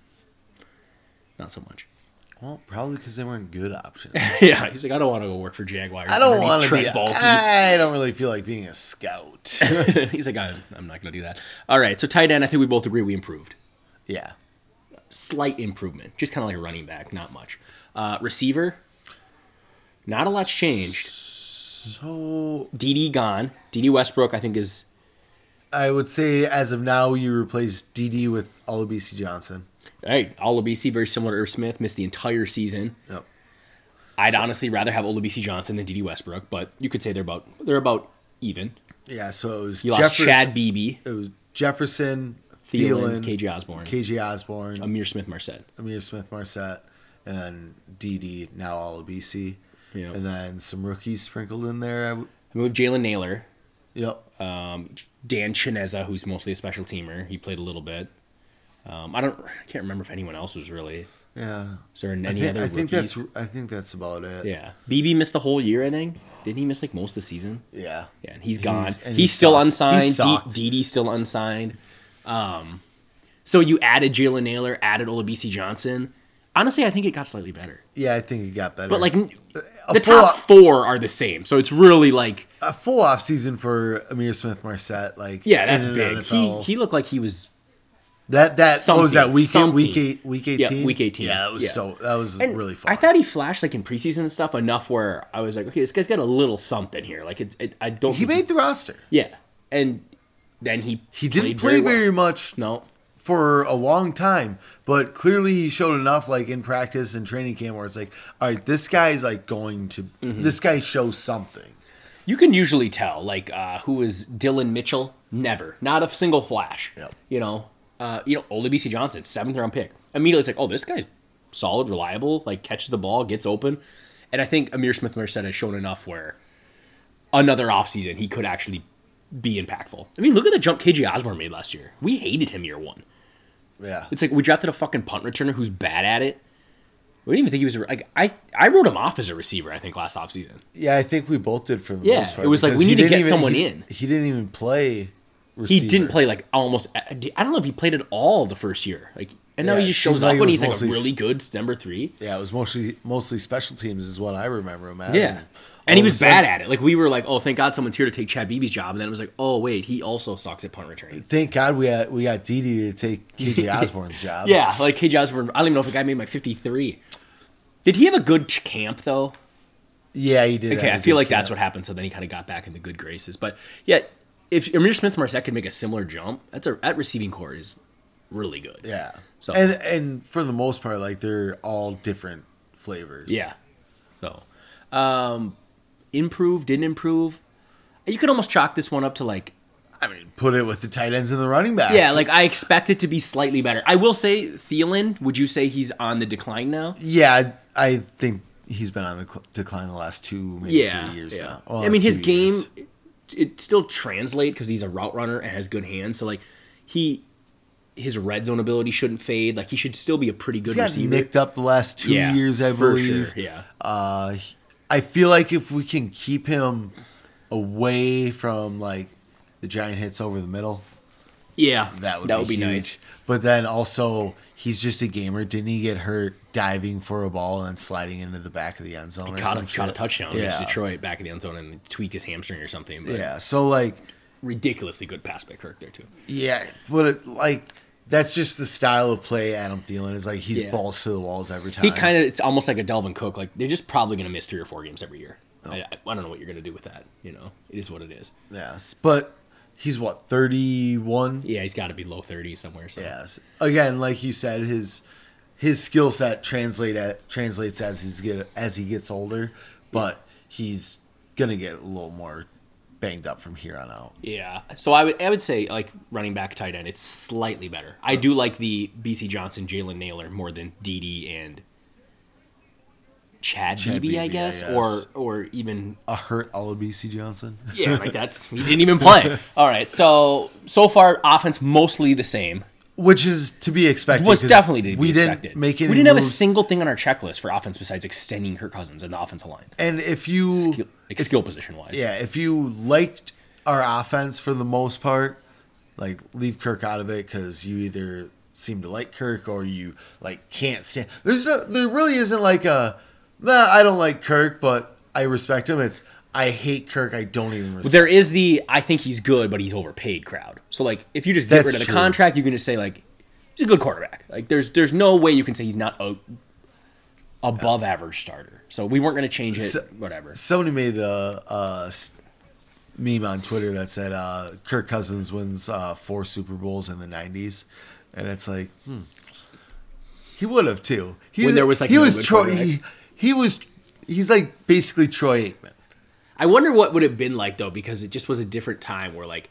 [SPEAKER 3] not so much.
[SPEAKER 2] Well, probably because they weren't good options.
[SPEAKER 3] yeah, he's like, I don't want to go work for Jaguars.
[SPEAKER 2] I don't
[SPEAKER 3] underneath
[SPEAKER 2] want to
[SPEAKER 3] Trent
[SPEAKER 2] be. a-
[SPEAKER 3] Baalke."
[SPEAKER 2] I don't really feel like being a scout.
[SPEAKER 3] He's like, I'm, I'm not going to do that. All right, so tight end, I think we both agree we improved.
[SPEAKER 2] yeah,
[SPEAKER 3] Slight improvement, just kind of like a running back, not much. Uh, receiver, not a lot's changed.
[SPEAKER 2] so
[SPEAKER 3] DD gone. DD Westbrook, I think, is
[SPEAKER 2] I would say as of now, you replace DD with Olabisi Johnson.
[SPEAKER 3] all right. Olabisi, very similar to Irv Smith, missed the entire season.
[SPEAKER 2] Yep.
[SPEAKER 3] I'd honestly rather have Olabisi Johnson than DD Westbrook, but you could say they're about they're about even.
[SPEAKER 2] Yeah, so it was
[SPEAKER 3] You lost Chad Beebe,
[SPEAKER 2] It was Jefferson,
[SPEAKER 3] Thielen,
[SPEAKER 2] Thielen,
[SPEAKER 3] KJ Osborne, Um,
[SPEAKER 2] KJ Osborne,
[SPEAKER 3] Amir Smith Marset.
[SPEAKER 2] Amir Smith Marset, and DD now Olabisi.
[SPEAKER 3] Yeah.
[SPEAKER 2] and then some rookies sprinkled in there. I w-
[SPEAKER 3] I moved Jalen Naylor,
[SPEAKER 2] yep.
[SPEAKER 3] Uh, Dan Chinezza, who's mostly a special teamer. He played a little bit. Um, I don't. I can't remember if anyone else was really.
[SPEAKER 2] yeah.
[SPEAKER 3] Is there any
[SPEAKER 2] I think,
[SPEAKER 3] other
[SPEAKER 2] I think that's
[SPEAKER 3] rookies?
[SPEAKER 2] I think that's about it.
[SPEAKER 3] Yeah. BB missed the whole year. I think. Didn't he miss like most of the season?
[SPEAKER 2] Yeah.
[SPEAKER 3] Yeah, and he's gone.
[SPEAKER 2] He's-
[SPEAKER 3] He's,
[SPEAKER 2] and he's
[SPEAKER 3] still
[SPEAKER 2] sucked. He's
[SPEAKER 3] unsigned.
[SPEAKER 2] sucked.
[SPEAKER 3] D- Didi still unsigned. Um, so you added Jalen Naylor, added Olabisi Johnson. Honestly, I think it got slightly better.
[SPEAKER 2] Yeah, I think it got better.
[SPEAKER 3] But like n-
[SPEAKER 2] a
[SPEAKER 3] the
[SPEAKER 2] full-
[SPEAKER 3] top four are the same, so it's really like
[SPEAKER 2] a full off season for Amir Smith Marset, like
[SPEAKER 3] yeah, that's
[SPEAKER 2] in an
[SPEAKER 3] big. He
[SPEAKER 2] NFL.
[SPEAKER 3] he looked like he was
[SPEAKER 2] that that what was
[SPEAKER 3] something,
[SPEAKER 2] that week eight, week
[SPEAKER 3] something.
[SPEAKER 2] eight week
[SPEAKER 3] Yeah,
[SPEAKER 2] eighteen
[SPEAKER 3] week 18,
[SPEAKER 2] Yeah, that was
[SPEAKER 3] yeah.
[SPEAKER 2] so that was
[SPEAKER 3] and
[SPEAKER 2] really fun.
[SPEAKER 3] I thought he flashed like in preseason and stuff enough where I was like, okay, this guy's got a little something here. Like it's it, I don't
[SPEAKER 2] he
[SPEAKER 3] think-
[SPEAKER 2] made the roster.
[SPEAKER 3] yeah, and then he
[SPEAKER 2] He didn't
[SPEAKER 3] played
[SPEAKER 2] play very,
[SPEAKER 3] well.
[SPEAKER 2] much
[SPEAKER 3] no
[SPEAKER 2] for a long time, but clearly he showed enough, like in practice and training camp, where it's like, all right, this guy is like going to
[SPEAKER 3] Mm-hmm.
[SPEAKER 2] this guy shows something.
[SPEAKER 3] You can usually tell, like, uh, who is Dylan Mitchell? Never, not a single flash.
[SPEAKER 2] Yep.
[SPEAKER 3] You know, uh, you know, Olabisi Johnson, seventh round pick. Immediately, it's like, oh, this guy's solid, reliable. Like, catches the ball, gets open, and I think Amir Smith Marset has shown enough where another offseason he could actually be impactful. I mean, look at the jump KJ Osborne made last year. We hated him year one.
[SPEAKER 2] Yeah,
[SPEAKER 3] It's like we drafted a fucking punt returner who's bad at it. We didn't even think he was a, like I. I wrote him off as a receiver. I think last offseason.
[SPEAKER 2] yeah, I think we both did for the
[SPEAKER 3] Yeah,
[SPEAKER 2] most part.
[SPEAKER 3] it was like,
[SPEAKER 2] because
[SPEAKER 3] we
[SPEAKER 2] he
[SPEAKER 3] need to
[SPEAKER 2] didn't
[SPEAKER 3] get someone
[SPEAKER 2] he-
[SPEAKER 3] in.
[SPEAKER 2] He didn't even play.
[SPEAKER 3] he
[SPEAKER 2] Receiver.
[SPEAKER 3] didn't play like almost. I don't know if he played at all the first year. Like, and now
[SPEAKER 2] Yeah,
[SPEAKER 3] he
[SPEAKER 2] it
[SPEAKER 3] just shows
[SPEAKER 2] seems
[SPEAKER 3] up
[SPEAKER 2] like it
[SPEAKER 3] and
[SPEAKER 2] was
[SPEAKER 3] he's like a
[SPEAKER 2] mostly s-
[SPEAKER 3] really good number three.
[SPEAKER 2] Yeah, it was mostly mostly special teams is what I remember him as.
[SPEAKER 3] Yeah,
[SPEAKER 2] all
[SPEAKER 3] and he
[SPEAKER 2] of a
[SPEAKER 3] was
[SPEAKER 2] sudden-
[SPEAKER 3] bad at it. Like we were like, oh, thank God someone's here to take Chad Beebe's job, and then it was like, oh wait, he also sucks at punt return.
[SPEAKER 2] Thank God we got we got Didi to take KJ Osborne's job.
[SPEAKER 3] Yeah, like KJ Osborne. I don't even know if the guy made my fifty three. Did he have a good ch- camp though?
[SPEAKER 2] yeah, he did.
[SPEAKER 3] Okay,
[SPEAKER 2] have
[SPEAKER 3] I
[SPEAKER 2] a
[SPEAKER 3] feel
[SPEAKER 2] good
[SPEAKER 3] like that's
[SPEAKER 2] camp.
[SPEAKER 3] what happened. So then he kind of got back into good graces. But yeah, if Amir Smith Marset could make a similar jump, that's a at receiving core is really good.
[SPEAKER 2] Yeah.
[SPEAKER 3] So-
[SPEAKER 2] and and for the most part, like they're all different flavors.
[SPEAKER 3] Yeah. So, um, improve, didn't improve. You could almost chalk this one up to like,
[SPEAKER 2] I mean, put it with the tight ends and the running backs.
[SPEAKER 3] yeah, like I expect it to be slightly better. I will say Thielen. Would you say he's on the decline now?
[SPEAKER 2] yeah, I, I think he's been on the cl- decline the last two, maybe
[SPEAKER 3] Yeah,
[SPEAKER 2] three years
[SPEAKER 3] yeah.
[SPEAKER 2] now.
[SPEAKER 3] I mean, his
[SPEAKER 2] two
[SPEAKER 3] game
[SPEAKER 2] years.
[SPEAKER 3] it, it still translate because he's a route runner and has good hands. So like he. His red zone ability shouldn't fade. Like he should still be a pretty good
[SPEAKER 2] He's got
[SPEAKER 3] receiver.
[SPEAKER 2] nicked up the last two
[SPEAKER 3] Yeah,
[SPEAKER 2] years, I
[SPEAKER 3] for
[SPEAKER 2] believe.
[SPEAKER 3] Sure. Yeah,
[SPEAKER 2] Uh, he- I feel like if we can keep him away from like the giant hits over the middle,
[SPEAKER 3] yeah,
[SPEAKER 2] that would be,
[SPEAKER 3] be
[SPEAKER 2] huge.
[SPEAKER 3] nice.
[SPEAKER 2] But then also, he's just a gamer. Didn't he get hurt diving for a ball and sliding into the back of the end zone? Or
[SPEAKER 3] Caught
[SPEAKER 2] some
[SPEAKER 3] a, caught a
[SPEAKER 2] shit?
[SPEAKER 3] touchdown
[SPEAKER 2] Yeah,
[SPEAKER 3] against Detroit back in the end zone and tweaked his hamstring or something. But
[SPEAKER 2] yeah. So like,
[SPEAKER 3] ridiculously good pass by Kirk there too.
[SPEAKER 2] yeah, but it, like. That's just the style of play Adam Thielen is like he's
[SPEAKER 3] Yeah.
[SPEAKER 2] balls to the walls every time.
[SPEAKER 3] He kind of it's almost like a Delvin Cook. Like they're just probably going to miss three or four games every year. I, I- I don't know what you're going to do with that. You know, it is what it is.
[SPEAKER 2] yes, but he's what thirty one.
[SPEAKER 3] Yeah, he's got to be low 30 somewhere. So
[SPEAKER 2] Yes. Again, like you said, his his skill set translate at, translates as he's get as he gets older, but he's gonna get a little more banged up from here on out.
[SPEAKER 3] yeah. So I would I would say like running back, tight end, it's slightly better. I do like the BC Johnson, Jalen Naylor more than DD and Chad,
[SPEAKER 2] Chad
[SPEAKER 3] Beebe,
[SPEAKER 2] Beebe,
[SPEAKER 3] I
[SPEAKER 2] I
[SPEAKER 3] guess,
[SPEAKER 2] guess.
[SPEAKER 3] or or even
[SPEAKER 2] A hurt Olabisi Johnson.
[SPEAKER 3] yeah, like that's he didn't even play. All right, so so far offense mostly the same.
[SPEAKER 2] Which is to be expected.
[SPEAKER 3] was
[SPEAKER 2] 'cause
[SPEAKER 3] definitely to be
[SPEAKER 2] we
[SPEAKER 3] expected.
[SPEAKER 2] didn't make any
[SPEAKER 3] we didn't have a
[SPEAKER 2] moves.
[SPEAKER 3] single thing on our checklist for offense besides extending Kirk Cousins and the offensive line,
[SPEAKER 2] and if you
[SPEAKER 3] skill, like skill position wise.
[SPEAKER 2] yeah, if you liked our offense for the most part, like leave Kirk out of it because you either seem to like Kirk or you like can't stand. There's no, there really isn't like a, nah, I don't like Kirk, but I respect him. It's I hate Kirk. I don't even respect.
[SPEAKER 3] There is the I think he's good, but he's overpaid crowd. So like, if you just get
[SPEAKER 2] That's
[SPEAKER 3] rid of the
[SPEAKER 2] true.
[SPEAKER 3] contract, you can just say like, he's a good quarterback. Like, there's there's no way you can say he's not a above average starter. So we weren't going to change it.
[SPEAKER 2] So-
[SPEAKER 3] whatever.
[SPEAKER 2] Somebody made the uh, s- meme on Twitter that said uh, Kirk Cousins wins uh, four Super Bowls in the '90s, and it's like, hmm. he would have too. He
[SPEAKER 3] When there was, like,
[SPEAKER 2] he
[SPEAKER 3] no
[SPEAKER 2] was
[SPEAKER 3] good
[SPEAKER 2] Troy.
[SPEAKER 3] quarterback.
[SPEAKER 2] He, he was he's like basically Troy Aikman.
[SPEAKER 3] I wonder what would have been like though, because it just was a different time where like,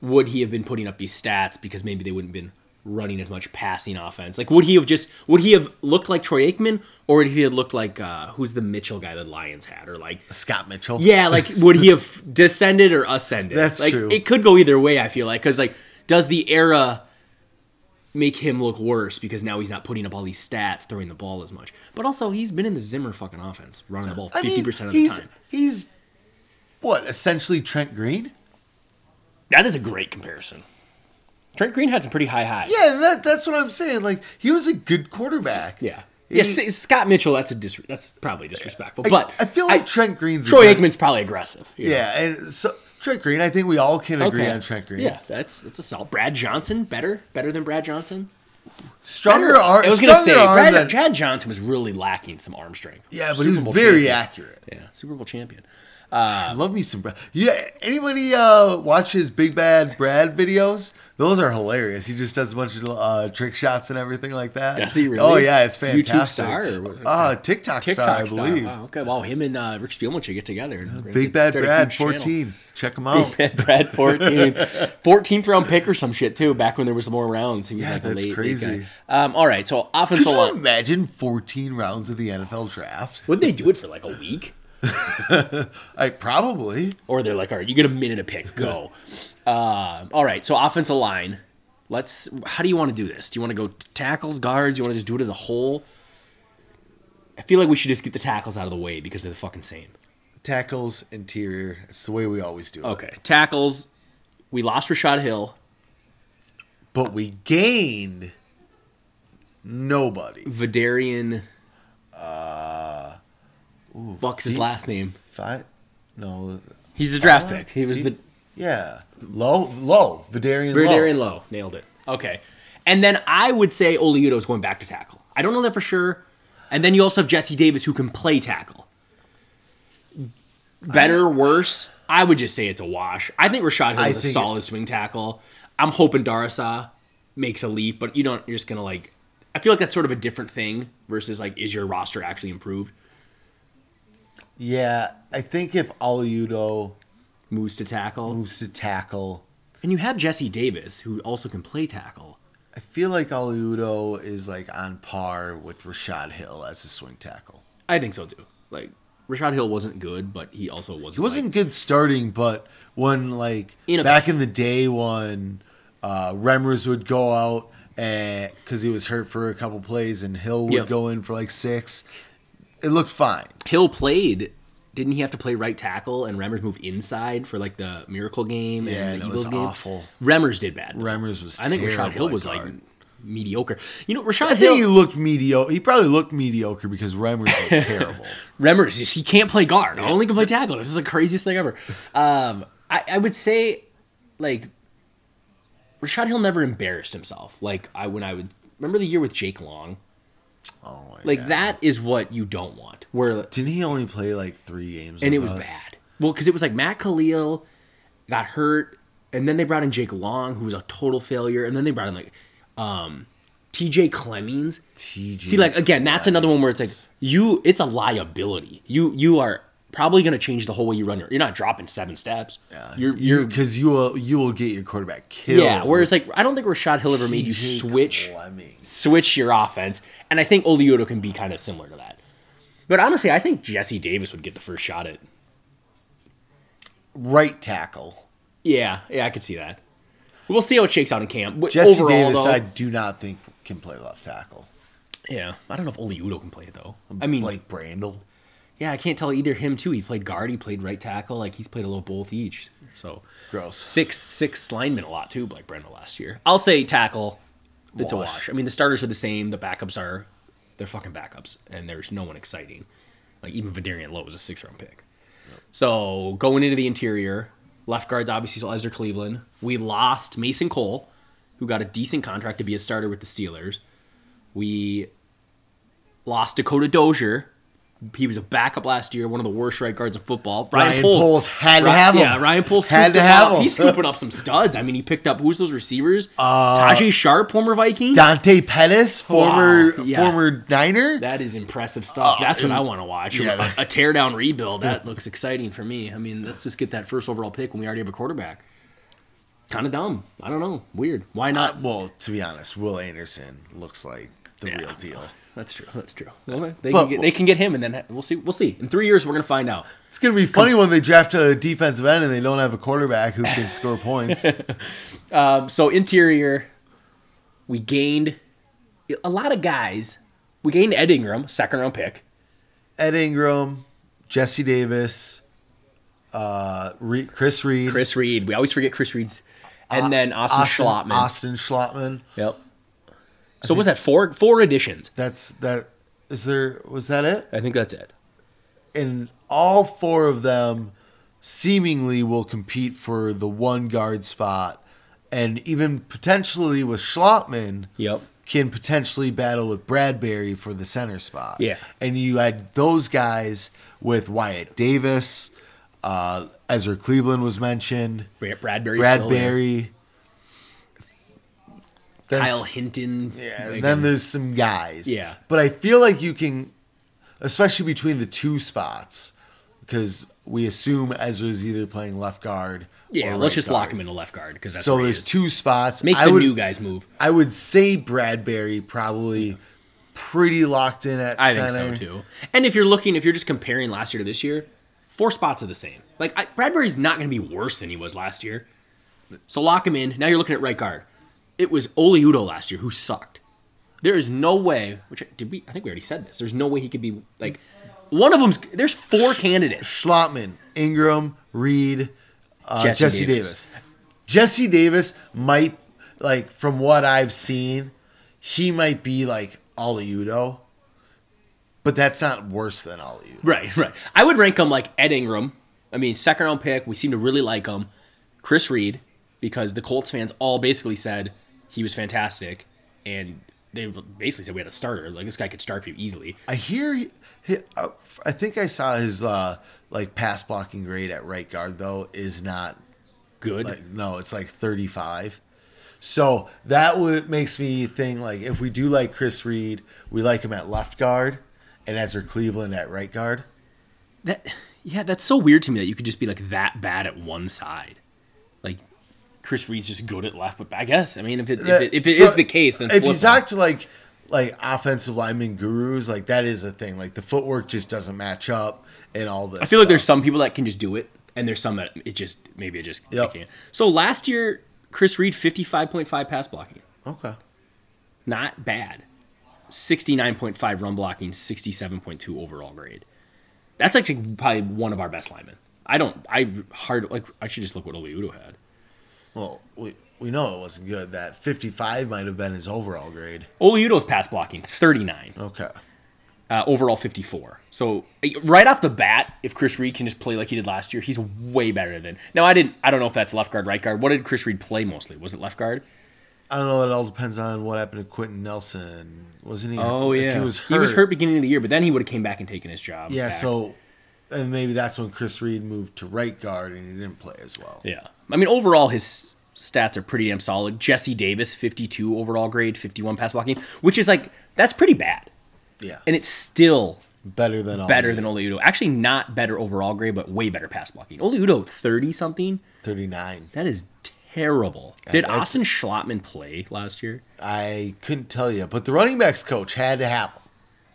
[SPEAKER 3] would he have been putting up these stats because maybe they wouldn't have been running as much passing offense. Like, would he have just would he have looked like Troy Aikman, or would he have looked like uh, who's the Mitchell guy the Lions had, or like
[SPEAKER 2] Scott Mitchell.
[SPEAKER 3] yeah, like would he have descended or ascended?
[SPEAKER 2] That's
[SPEAKER 3] like,
[SPEAKER 2] true.
[SPEAKER 3] It could go either way. I feel like because like does the era make him look worse because now he's not putting up all these stats, throwing the ball as much. But also he's been in the Zimmer fucking offense, running the ball
[SPEAKER 2] I mean,
[SPEAKER 3] fifty percent of the
[SPEAKER 2] he's,
[SPEAKER 3] time.
[SPEAKER 2] He's what essentially Trent Green.
[SPEAKER 3] That is a great comparison. Trent Green had some pretty high highs.
[SPEAKER 2] Yeah, and that that's what I'm saying. Like he was a good quarterback.
[SPEAKER 3] Yeah.
[SPEAKER 2] He-
[SPEAKER 3] Yeah, S- Scott Mitchell. That's a dis- That's probably disrespectful.
[SPEAKER 2] I,
[SPEAKER 3] but
[SPEAKER 2] I feel like Trent Green's a
[SPEAKER 3] Troy
[SPEAKER 2] good-
[SPEAKER 3] Aikman's probably aggressive. you know?
[SPEAKER 2] Yeah, and so Trent Green. I think we all can agree
[SPEAKER 3] Okay.
[SPEAKER 2] on Trent Green.
[SPEAKER 3] Yeah, that's that's a solid. Brad Johnson better better than Brad Johnson.
[SPEAKER 2] stronger arm.
[SPEAKER 3] I was gonna say
[SPEAKER 2] stronger arm
[SPEAKER 3] Brad,
[SPEAKER 2] than-
[SPEAKER 3] Brad Johnson was really lacking some arm strength.
[SPEAKER 2] yeah, but
[SPEAKER 3] Super
[SPEAKER 2] he was
[SPEAKER 3] Bowl
[SPEAKER 2] very
[SPEAKER 3] champion.
[SPEAKER 2] accurate.
[SPEAKER 3] Yeah, Super Bowl champion.
[SPEAKER 2] I love me some Brad. Yeah, anybody uh, watch his Big Bad Brad videos? Those are hilarious. He just does a bunch of uh, trick shots and everything like that.
[SPEAKER 3] Does he really?
[SPEAKER 2] Oh yeah, it's
[SPEAKER 3] YouTube
[SPEAKER 2] fantastic.
[SPEAKER 3] star or what?
[SPEAKER 2] Uh, TikTok,
[SPEAKER 3] TikTok
[SPEAKER 2] star, I
[SPEAKER 3] style.
[SPEAKER 2] believe.
[SPEAKER 3] Wow, okay, well, him and uh, Rick Spielman should get together. and
[SPEAKER 2] Big Bad
[SPEAKER 3] start a
[SPEAKER 2] Brad,
[SPEAKER 3] huge channel.
[SPEAKER 2] fourteen. Check him out.
[SPEAKER 3] Brad 14. 14th round pick or some shit, too, back when there was more rounds. He was
[SPEAKER 2] Yeah,
[SPEAKER 3] like a
[SPEAKER 2] that's
[SPEAKER 3] late, late
[SPEAKER 2] crazy.
[SPEAKER 3] guy. Um, all right, so
[SPEAKER 2] Could
[SPEAKER 3] offensive
[SPEAKER 2] you
[SPEAKER 3] line.
[SPEAKER 2] imagine fourteen rounds of the NFL draft?
[SPEAKER 3] Would they do it for like a week?
[SPEAKER 2] I probably.
[SPEAKER 3] Or they're like, all right, you get a minute to pick, go. Um all right, so offensive line. Let's. How do you want to do this? Do you want to go t- tackles, guards? You want to just do it as a whole? I feel like we should just get the tackles out of the way because they're the fucking same.
[SPEAKER 2] Tackles, interior. It's the way we always do it.
[SPEAKER 3] Okay, tackles. We lost Rashad Hill.
[SPEAKER 2] But we gained nobody.
[SPEAKER 3] Vidarian. Uh, Buck's his
[SPEAKER 2] he-
[SPEAKER 3] last name.
[SPEAKER 2] Five? No.
[SPEAKER 3] He's a draft
[SPEAKER 2] Fowler?
[SPEAKER 3] pick. He was
[SPEAKER 2] Uh, He-
[SPEAKER 3] the
[SPEAKER 2] Yeah. Low, low. Vidarian,
[SPEAKER 3] Verdarian
[SPEAKER 2] low.
[SPEAKER 3] Low. Nailed it. Okay. And then I would say Oliudo's going back to tackle. I don't know that for sure. And then you also have Jesse Davis who can play tackle. Better, worse? I would just say it's a wash. I think Rashad Hill
[SPEAKER 2] I
[SPEAKER 3] is a
[SPEAKER 2] think-
[SPEAKER 3] solid swing tackle. I'm hoping Darasa makes a leap, but you don't. You're just gonna like. I feel like that's sort of a different thing versus like, is your roster actually improved?
[SPEAKER 2] Yeah. I think if Aliudo
[SPEAKER 3] Moves to tackle,
[SPEAKER 2] moves to tackle,
[SPEAKER 3] and you have Jesse Davis who also can play tackle.
[SPEAKER 2] I feel like Aliudo is like on par with Rashad Hill as a swing tackle.
[SPEAKER 3] I think so too. Like Rashad Hill wasn't good, but he also wasn't.
[SPEAKER 2] He wasn't good starting, but when like
[SPEAKER 3] In a-
[SPEAKER 2] back in the day when uh, Remmers would go out because he was hurt for a couple plays, and Hill would
[SPEAKER 3] Yep.
[SPEAKER 2] go in for like six. It looked fine.
[SPEAKER 3] like- Hill played. Didn't he have to play right tackle and Remmers moved inside for like the miracle game
[SPEAKER 2] Yeah,
[SPEAKER 3] and
[SPEAKER 2] that
[SPEAKER 3] the Eagles
[SPEAKER 2] was
[SPEAKER 3] game?
[SPEAKER 2] awful.
[SPEAKER 3] Remmers did bad. though.
[SPEAKER 2] Remmers was.
[SPEAKER 3] I think Rashad
[SPEAKER 2] terrible
[SPEAKER 3] Hill
[SPEAKER 2] at
[SPEAKER 3] was
[SPEAKER 2] guard.
[SPEAKER 3] like mediocre. You know,
[SPEAKER 2] I
[SPEAKER 3] Rashad
[SPEAKER 2] think he
[SPEAKER 3] Hill
[SPEAKER 2] looked mediocre. He probably looked mediocre because Remmers looked terrible.
[SPEAKER 3] Remmers just he can't play guard. Only can play tackle. This is the craziest thing ever. Um, I, I would say like Rashad Hill never embarrassed himself. Like I when I would remember the year with Jake Long.
[SPEAKER 2] Oh my
[SPEAKER 3] Like
[SPEAKER 2] God.
[SPEAKER 3] that is what you don't want. Where
[SPEAKER 2] Didn't he only play like three games?
[SPEAKER 3] and it
[SPEAKER 2] with
[SPEAKER 3] was
[SPEAKER 2] us?
[SPEAKER 3] bad. Well, because it was like Matt Khalil got hurt, and then they brought in Jake Long, who was a total failure, and then they brought in like um, T.J. Clemmings.
[SPEAKER 2] TJ.
[SPEAKER 3] See, like again, that's another one where it's like you. It's a liability. You you are probably going to change the whole way you run your. You're not dropping seven steps.
[SPEAKER 2] Yeah.
[SPEAKER 3] You're
[SPEAKER 2] you
[SPEAKER 3] you're.
[SPEAKER 2] because you will you will get your quarterback killed.
[SPEAKER 3] Yeah, whereas like I don't think Rashad Hill ever made you
[SPEAKER 2] TJ
[SPEAKER 3] switch
[SPEAKER 2] Clemmings.
[SPEAKER 3] switch your offense, and I think Olioto can be kind of similar to that. But honestly, I think Jesse Davis would get the first shot at
[SPEAKER 2] right tackle.
[SPEAKER 3] Yeah, yeah, I could see that. We'll see how it shakes out in camp. W-
[SPEAKER 2] Jesse
[SPEAKER 3] Overall,
[SPEAKER 2] Davis,
[SPEAKER 3] though,
[SPEAKER 2] I do not think can play left tackle.
[SPEAKER 3] yeah, I don't know if Ole Udo can play it though. I mean,
[SPEAKER 2] Blake Brandel.
[SPEAKER 3] yeah, I can't tell either him too. He played guard, he played right tackle, like he's played a little both each. So
[SPEAKER 2] Gross.
[SPEAKER 3] sixth, sixth lineman a lot too, Blake Brendel last year. I'll say tackle. It's
[SPEAKER 2] Wash.
[SPEAKER 3] a wash. I mean, the starters are the same. The backups are, they're fucking backups, and there's no one exciting. Like even Vidarian Lowe was a six round pick. So going into the interior, left guards obviously still Ezra Cleveland. We lost Mason Cole, who got a decent contract to be a starter with the Steelers. We lost Dakota Dozier. He was a backup last year, one of the worst right guards in football. Brian,
[SPEAKER 2] Ryan
[SPEAKER 3] Poles,
[SPEAKER 2] Poles had to
[SPEAKER 3] Ri-
[SPEAKER 2] have him.
[SPEAKER 3] Yeah, Ryan Poles
[SPEAKER 2] Had
[SPEAKER 3] scooped
[SPEAKER 2] to
[SPEAKER 3] him
[SPEAKER 2] have
[SPEAKER 3] up.
[SPEAKER 2] him.
[SPEAKER 3] He's scooping up some studs. I mean, he picked up who's those receivers? Uh, Tajay Sharp, former Viking.
[SPEAKER 2] Dante Pettis, former
[SPEAKER 3] Wow, yeah.
[SPEAKER 2] former Niner.
[SPEAKER 3] that is impressive stuff. that's what I want to watch.
[SPEAKER 2] Oh, yeah.
[SPEAKER 3] A, a teardown rebuild. That looks exciting for me. I mean, let's just get that first overall pick when we already have a quarterback. kind of dumb. I don't know. Weird. Why not?
[SPEAKER 2] Uh, well, to be honest, Will Anderson looks like the
[SPEAKER 3] Yeah.
[SPEAKER 2] real deal.
[SPEAKER 3] That's true. That's true. Well, they,
[SPEAKER 2] But-
[SPEAKER 3] can get, they can get him, and then ha- we'll see. We'll see. In three years, we're gonna find out.
[SPEAKER 2] It's gonna be funny when they draft a defensive end and they don't have a quarterback who can score points.
[SPEAKER 3] Um, so interior, we gained a lot of guys. We gained Ed Ingram, second round pick.
[SPEAKER 2] Ed Ingram, Jesse Davis, uh, Re- Chris Reed,
[SPEAKER 3] Chris Reed. We always forget Chris Reed's. And then Austin, Schlotman.
[SPEAKER 2] Ah, Austin Schlottman.
[SPEAKER 3] Yep. So what was that four four additions?
[SPEAKER 2] That's that. Is there? Was that it?
[SPEAKER 3] I think that's it.
[SPEAKER 2] and all four of them seemingly will compete for the one guard spot, and even potentially with Schlottman
[SPEAKER 3] Yep.
[SPEAKER 2] can potentially battle with Bradbury for the center spot.
[SPEAKER 3] Yeah.
[SPEAKER 2] and you had those guys with Wyatt Davis, uh, Ezra Cleveland was mentioned,
[SPEAKER 3] Brad- Bradbury. still there.
[SPEAKER 2] Bradbury. Then
[SPEAKER 3] Kyle Hinton.
[SPEAKER 2] yeah,
[SPEAKER 3] Again.
[SPEAKER 2] and then there's some guys.
[SPEAKER 3] Yeah.
[SPEAKER 2] But I feel like you can, especially between the two spots, because we assume Ezra's either playing left guard.
[SPEAKER 3] yeah.
[SPEAKER 2] or
[SPEAKER 3] Let's
[SPEAKER 2] right
[SPEAKER 3] just
[SPEAKER 2] guard.
[SPEAKER 3] lock him into left guard because that's
[SPEAKER 2] So
[SPEAKER 3] where he
[SPEAKER 2] there's
[SPEAKER 3] is.
[SPEAKER 2] two spots.
[SPEAKER 3] Make
[SPEAKER 2] I
[SPEAKER 3] the
[SPEAKER 2] would,
[SPEAKER 3] new guys move.
[SPEAKER 2] I would say Bradbury probably pretty locked in at
[SPEAKER 3] I
[SPEAKER 2] center.
[SPEAKER 3] think so too. And if you're looking, if you're just comparing last year to this year, four spots are the same. Like I, Bradbury's not going to be worse than he was last year. So lock him in. Now you're looking at right guard. It was Ole Udo last year who sucked. There is no way. Which did we? I think we already said this. There's no way he could be like one of them's. There's four candidates.
[SPEAKER 2] Schlottman, Ingram, Reed, uh,
[SPEAKER 3] Jesse
[SPEAKER 2] Jesse,
[SPEAKER 3] Davis.
[SPEAKER 2] Davis. Jesse Davis might, like, from what I've seen, he might be like Aliudo, but that's not worse than Aliudo.
[SPEAKER 3] Right, right. I would rank him like Ed Ingram. I mean, second round pick. We seem to really like him. Chris Reed, because the Colts fans all basically said he was fantastic, and they basically said we had a starter. Like this guy could start for you easily.
[SPEAKER 2] I hear, he, he, uh, I think I saw his uh, like pass blocking grade at right guard though is not
[SPEAKER 3] Good.
[SPEAKER 2] like no, it's like thirty five. So that would makes me think like if we do like Chris Reed, we like him at left guard, and Ezra Cleveland at right guard.
[SPEAKER 3] that, yeah, that's so weird to me that you could just be like that bad at one side. Like Chris Reed's just good at left, but I guess I mean if it if it, if it is
[SPEAKER 2] So,
[SPEAKER 3] the case, then
[SPEAKER 2] if you
[SPEAKER 3] flip him.
[SPEAKER 2] talk to like like offensive lineman gurus, like that is a thing. Like the footwork just doesn't match up and all this.
[SPEAKER 3] I feel like there's some people that can just do it, and there's some that it just maybe it just
[SPEAKER 2] Yep.
[SPEAKER 3] they can't. So last year, Chris Reed fifty five point five pass blocking,
[SPEAKER 2] okay.
[SPEAKER 3] not bad. Sixty nine point five run blocking, sixty seven point two overall grade. That's actually probably one of our best linemen. I don't. I hard like I should just look what Oliudo had.
[SPEAKER 2] Well, we we know it wasn't good. That 55 might have been his overall grade.
[SPEAKER 3] Oliudo's pass blocking thirty nine.
[SPEAKER 2] Okay.
[SPEAKER 3] uh, overall 54. So uh, right off the bat, if Chris Reed can just play like he did last year, he's way better than. Now I didn't. I don't know if that's left guard, right guard. What did Chris Reed play mostly? Was it left guard?
[SPEAKER 2] I don't know. It all depends on what happened to Quentin Nelson. Wasn't he?
[SPEAKER 3] Oh
[SPEAKER 2] if
[SPEAKER 3] yeah,
[SPEAKER 2] he was hurt.
[SPEAKER 3] beginning of the year, but then he would have came back and taken his job.
[SPEAKER 2] Yeah.
[SPEAKER 3] back.
[SPEAKER 2] So, and maybe that's when Chris Reed moved to right guard and he didn't play as well.
[SPEAKER 3] yeah. I mean, overall his stats are pretty damn solid. Jesse Davis, 52 overall grade, 51 pass blocking, which is like that's pretty bad,
[SPEAKER 2] Yeah.
[SPEAKER 3] and it's still
[SPEAKER 2] better than all
[SPEAKER 3] better than Ole Udo. Actually, not better overall grade, but way better pass blocking. Ole Udo, 30 something.
[SPEAKER 2] 39.
[SPEAKER 3] That is terrible. Did
[SPEAKER 2] that's-
[SPEAKER 3] Austin Schlottman play last year?
[SPEAKER 2] I couldn't tell you, but the running backs coach had to have him.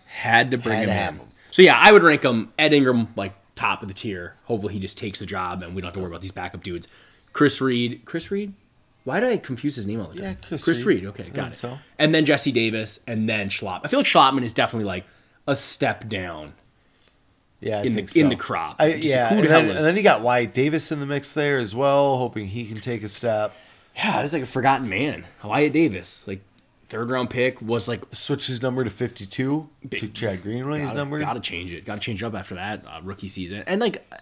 [SPEAKER 3] Had to bring
[SPEAKER 2] Had
[SPEAKER 3] him
[SPEAKER 2] to
[SPEAKER 3] in.
[SPEAKER 2] have him.
[SPEAKER 3] So yeah, I would rank him Ed Ingram like top of the tier. Hopefully he just takes the job and we don't have to worry about these backup dudes. Chris Reed. Chris Reed? Why did I confuse his name all the time?
[SPEAKER 2] Yeah, Chris
[SPEAKER 3] Reed.
[SPEAKER 2] Reed.
[SPEAKER 3] Okay,
[SPEAKER 2] I
[SPEAKER 3] got
[SPEAKER 2] think
[SPEAKER 3] it.
[SPEAKER 2] so.
[SPEAKER 3] And then Jesse Davis and then Schlopp. I feel like Schlottman is definitely like a step down.
[SPEAKER 2] Yeah, I
[SPEAKER 3] in the-
[SPEAKER 2] think
[SPEAKER 3] in the crop.
[SPEAKER 2] I,
[SPEAKER 3] Just
[SPEAKER 2] yeah,
[SPEAKER 3] who the
[SPEAKER 2] and
[SPEAKER 3] hell
[SPEAKER 2] then,
[SPEAKER 3] is-
[SPEAKER 2] and then you got Wyatt Davis in the mix there as well, hoping he can take a step.
[SPEAKER 3] Yeah, that's like a forgotten man. Wyatt Davis. Like third round pick was like
[SPEAKER 2] Switch his number to fifty-two to
[SPEAKER 3] Big-
[SPEAKER 2] Chad Greenway's
[SPEAKER 3] gotta,
[SPEAKER 2] number.
[SPEAKER 3] Gotta change it. Gotta change it up after that uh, rookie season. And like, uh,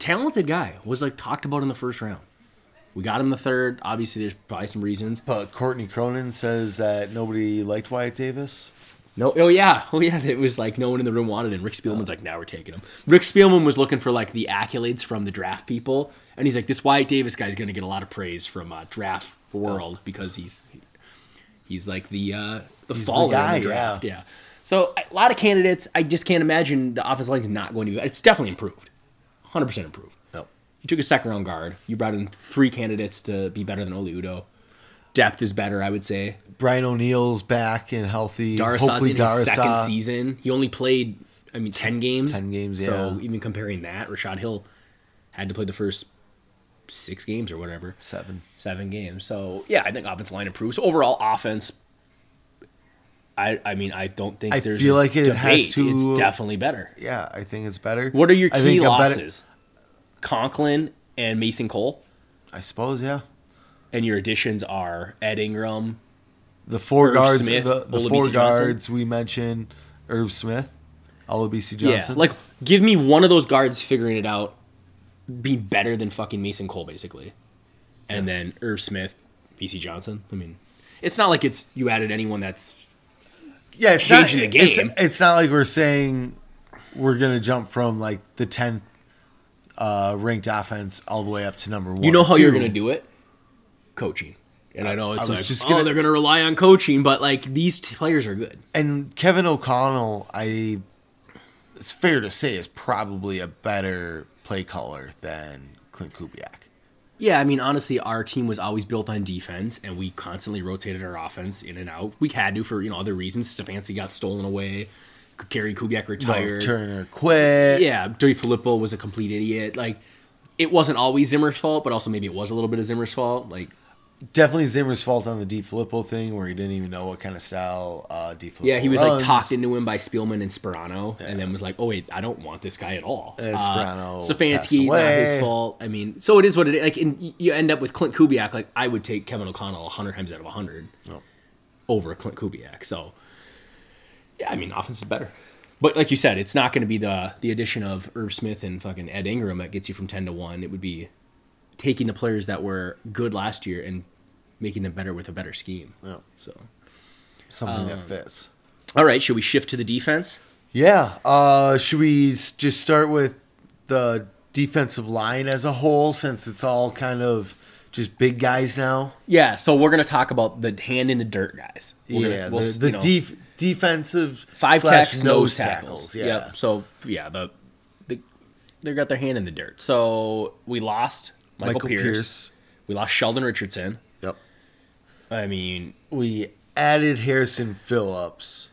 [SPEAKER 3] talented guy was like talked about in the first round. We got him the third. Obviously, there's probably some reasons.
[SPEAKER 2] But Courtney Cronin says that nobody liked Wyatt Davis.
[SPEAKER 3] No, oh yeah, oh yeah. It was like no one in the room wanted him. Rick Spielman's like, now we're taking him. Rick Spielman was looking for like the accolades from the draft people, and he's like, this Wyatt Davis guy's gonna get a lot of praise from uh, draft
[SPEAKER 2] Oh.
[SPEAKER 3] world because he's he's like the uh,
[SPEAKER 2] the
[SPEAKER 3] the faller
[SPEAKER 2] guy,
[SPEAKER 3] in the draft. Yeah.
[SPEAKER 2] yeah.
[SPEAKER 3] So a lot of candidates. I just can't imagine the offensive line's not going to. Be, it's definitely improved, hundred percent improved.
[SPEAKER 2] No.
[SPEAKER 3] You took a second round guard. You brought in three candidates to be better than Ole Udo. Depth is better, I would say.
[SPEAKER 2] Brian O'Neill's back and healthy.
[SPEAKER 3] Darasa's in his second
[SPEAKER 2] Darasa-
[SPEAKER 3] season. He only played, I mean, 10 games.
[SPEAKER 2] 10 games,
[SPEAKER 3] So
[SPEAKER 2] yeah.
[SPEAKER 3] even comparing that, Rashad Hill had to play the first six games or whatever,
[SPEAKER 2] Seven.
[SPEAKER 3] seven games. So, yeah, I think offense line improves. overall, offense, I, I mean, I don't think
[SPEAKER 2] I
[SPEAKER 3] there's
[SPEAKER 2] feel
[SPEAKER 3] a
[SPEAKER 2] like it
[SPEAKER 3] debate.
[SPEAKER 2] has to-
[SPEAKER 3] It's definitely better.
[SPEAKER 2] Yeah, I think it's better.
[SPEAKER 3] What are your
[SPEAKER 2] I
[SPEAKER 3] key
[SPEAKER 2] a better-
[SPEAKER 3] losses? Conklin and Mason Cole.
[SPEAKER 2] I suppose, yeah.
[SPEAKER 3] And your additions are Ed Ingram.
[SPEAKER 2] The four
[SPEAKER 3] Irv
[SPEAKER 2] guards,
[SPEAKER 3] Smith,
[SPEAKER 2] the, the
[SPEAKER 3] Olabisi
[SPEAKER 2] four
[SPEAKER 3] Johnson.
[SPEAKER 2] guards we mentioned, Irv Smith, Olabisi Johnson.
[SPEAKER 3] Yeah. Like, give me one of those guards figuring it out, be better than fucking Mason Cole, basically. And then Irv Smith, BC Johnson. I mean, it's not like it's you added anyone that's.
[SPEAKER 2] yeah, it's
[SPEAKER 3] changing
[SPEAKER 2] not,
[SPEAKER 3] the
[SPEAKER 2] it's-
[SPEAKER 3] game.
[SPEAKER 2] It's, not like we're saying we're gonna jump from like the tenth uh, ranked offense all the way up to number one.
[SPEAKER 3] You know how
[SPEAKER 2] or
[SPEAKER 3] you're
[SPEAKER 2] two.
[SPEAKER 3] going to do it? Coaching. And I know it's
[SPEAKER 2] was
[SPEAKER 3] like,
[SPEAKER 2] just
[SPEAKER 3] oh,
[SPEAKER 2] gonna-
[SPEAKER 3] they're going to rely on coaching, but like these t- players are good.
[SPEAKER 2] And Kevin O'Connell, I it's fair to say, is probably a better play caller than Clint Kubiak.
[SPEAKER 3] Yeah, I mean, honestly, our team was always built on defense, and we constantly rotated our offense in and out. We had to for you know other reasons. Stefanski got stolen away. Gary Kubiak
[SPEAKER 2] No,
[SPEAKER 3] retired.
[SPEAKER 2] Turner quit.
[SPEAKER 3] yeah, Dirty Filippo was a complete idiot. Like, it wasn't always Zimmer's fault, but also maybe it was a little bit of Zimmer's fault. Like,
[SPEAKER 2] Definitely Zimmer's fault on the D Filippo thing, where he didn't even know what kind of style uh, D Filippo.
[SPEAKER 3] yeah, he was
[SPEAKER 2] runs.
[SPEAKER 3] like talked into him by Spielman and Sperano, and then was like, "Oh wait, I don't want this guy at all." Uh,
[SPEAKER 2] And Sperano passed
[SPEAKER 3] Stefanski, not his
[SPEAKER 2] away.
[SPEAKER 3] fault. I mean, so it is what it is. Like, and y- you end up with Clint Kubiak. Like, I would take Kevin O'Connell hundred times out of hundred
[SPEAKER 2] Yep.
[SPEAKER 3] over Clint Kubiak. So, yeah, I mean, offense is better. But like you said, it's not going to be the the addition of Irv Smith and fucking Ed Ingram that gets you from ten to one. It would be taking the players that were good last year and making them better with a better scheme.
[SPEAKER 2] Yep.
[SPEAKER 3] So,
[SPEAKER 2] something
[SPEAKER 3] Um,
[SPEAKER 2] that fits.
[SPEAKER 3] all right, should we shift to the defense?
[SPEAKER 2] Yeah. Uh, should we s- just start with the defensive line as a whole, since it's all kind of just big guys now?
[SPEAKER 3] Yeah, so we're gonna talk about the hand in the dirt guys. We're gonna-
[SPEAKER 2] yeah.
[SPEAKER 3] we'll
[SPEAKER 2] the
[SPEAKER 3] s-
[SPEAKER 2] the
[SPEAKER 3] you know,
[SPEAKER 2] def- defensive
[SPEAKER 3] five
[SPEAKER 2] slash
[SPEAKER 3] tacks, nose tackles.
[SPEAKER 2] Yeah.
[SPEAKER 3] Yep. So yeah, the, the they got their hand in the dirt. So we lost Michael,
[SPEAKER 2] Michael
[SPEAKER 3] Pierce.
[SPEAKER 2] Pierce.
[SPEAKER 3] We lost Sheldon Richardson.
[SPEAKER 2] Yep.
[SPEAKER 3] I mean,
[SPEAKER 2] We added Harrison Phillips,